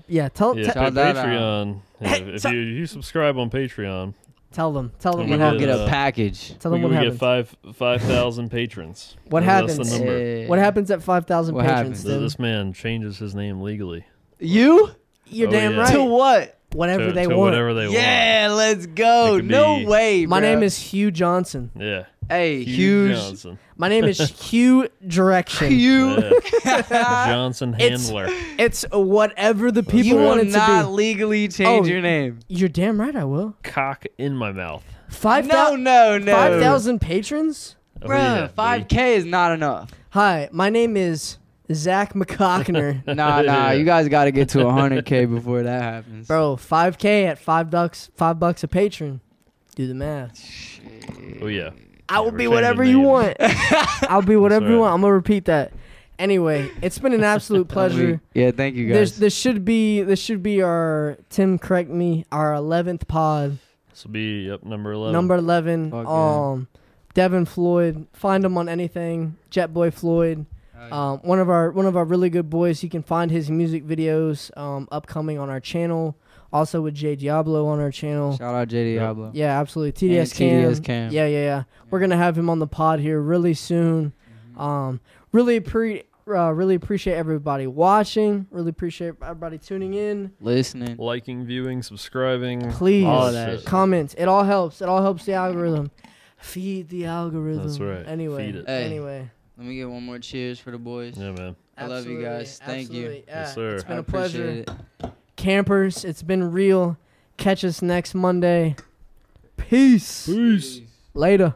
Speaker 4: yeah, tell
Speaker 2: Yeah,
Speaker 4: te-
Speaker 3: Shout that uh, out.
Speaker 2: Patreon. Yeah,
Speaker 4: Hey,
Speaker 2: if
Speaker 4: so-
Speaker 2: you, you subscribe on Patreon,
Speaker 4: tell them, tell them
Speaker 2: we
Speaker 3: you're
Speaker 4: what
Speaker 3: gonna
Speaker 2: did,
Speaker 3: get
Speaker 4: happened.
Speaker 3: a
Speaker 2: uh,
Speaker 3: package.
Speaker 4: Tell
Speaker 2: we,
Speaker 4: them what
Speaker 2: we
Speaker 4: happens.
Speaker 2: get five five thousand patrons.
Speaker 4: what
Speaker 2: That's the
Speaker 4: happens?
Speaker 2: number.
Speaker 3: Yeah.
Speaker 4: What happens at five thousand
Speaker 3: What
Speaker 4: patrons?
Speaker 3: happens?
Speaker 2: Th-
Speaker 4: Dude?
Speaker 2: This man changes his name legally.
Speaker 3: You?
Speaker 4: You're
Speaker 2: Oh,
Speaker 4: damn
Speaker 2: yeah.
Speaker 4: right.
Speaker 3: To what?
Speaker 4: whatever
Speaker 2: to,
Speaker 4: they
Speaker 2: to
Speaker 4: want.
Speaker 2: Whatever they
Speaker 3: yeah, let's go.
Speaker 2: It could
Speaker 3: No
Speaker 2: be-
Speaker 3: way.
Speaker 4: My
Speaker 3: bro.
Speaker 4: name is Hugh Johnson.
Speaker 2: want. Yeah.
Speaker 3: Hey,
Speaker 2: Hugh
Speaker 3: huge.
Speaker 2: Johnson.
Speaker 4: My name is Hugh Direction.
Speaker 3: Hugh.
Speaker 2: Yeah. Johnson
Speaker 4: It's-
Speaker 2: Handler.
Speaker 4: It's whatever the people
Speaker 3: You
Speaker 4: want
Speaker 3: will
Speaker 4: it to
Speaker 3: not
Speaker 4: be.
Speaker 3: legally change
Speaker 4: Oh,
Speaker 3: your name.
Speaker 4: You're damn right. I will.
Speaker 2: Cock in my mouth.
Speaker 4: Five
Speaker 3: no,
Speaker 4: thousand.
Speaker 3: no, no.
Speaker 4: Five thousand patrons.
Speaker 2: Oh, yeah,
Speaker 3: Bruh,
Speaker 2: buddy.
Speaker 3: 5K is not enough.
Speaker 4: Hi, my name is Zach McCockner.
Speaker 3: Nah, nah.
Speaker 2: Yeah.
Speaker 3: You guys got to get to 100K before that happens.
Speaker 4: Bro, five K at five bucks five bucks a patron. Do the math.
Speaker 2: Oh yeah.
Speaker 4: I will
Speaker 2: we're
Speaker 4: be
Speaker 2: changing
Speaker 4: whatever you
Speaker 2: names.
Speaker 4: want. I'll be whatever you
Speaker 2: right.
Speaker 4: want. I'm gonna repeat that. Anyway, it's been an absolute pleasure.
Speaker 3: Yeah, thank you
Speaker 4: There's,
Speaker 3: guys.
Speaker 4: this should be this should be our Tim correct me our eleventh pod
Speaker 2: This will be yep, number eleven.
Speaker 4: number eleven.
Speaker 3: Fuck yeah.
Speaker 4: um, Devin Floyd, find him on anything. Jet Boy Floyd, um, one of our one of our really good boys. You can find his music videos um, upcoming on our channel. Also with Jay Diablo on our channel.
Speaker 3: Shout out J Diablo.
Speaker 4: Yeah, absolutely.
Speaker 3: And
Speaker 4: TDS Cam.
Speaker 3: TDS Cam.
Speaker 4: Yeah, yeah, yeah. We're gonna have him on the pod here really soon.
Speaker 2: Mm-hmm.
Speaker 4: Um, really pre, uh, really appreciate everybody watching. Really appreciate everybody tuning in.
Speaker 3: Listening.
Speaker 2: liking, viewing, subscribing.
Speaker 4: Please
Speaker 2: all
Speaker 3: that shit.
Speaker 4: comment. It all helps. It all helps the algorithm. Feed the algorithm.
Speaker 2: That's right.
Speaker 4: Anyway,
Speaker 2: Feed it.
Speaker 3: Hey.
Speaker 4: anyway.
Speaker 3: Let me get one more cheers for the boys.
Speaker 2: Yeah, man.
Speaker 3: I love you
Speaker 4: Absolutely,
Speaker 3: guys. Thank you.
Speaker 4: absolutely. Yeah,
Speaker 2: Yes, sir.
Speaker 4: It's been
Speaker 3: I
Speaker 4: a pleasure.
Speaker 3: appreciate it.
Speaker 4: Campers, it's been real. Catch us next Monday. Peace.
Speaker 2: Peace.
Speaker 4: Later.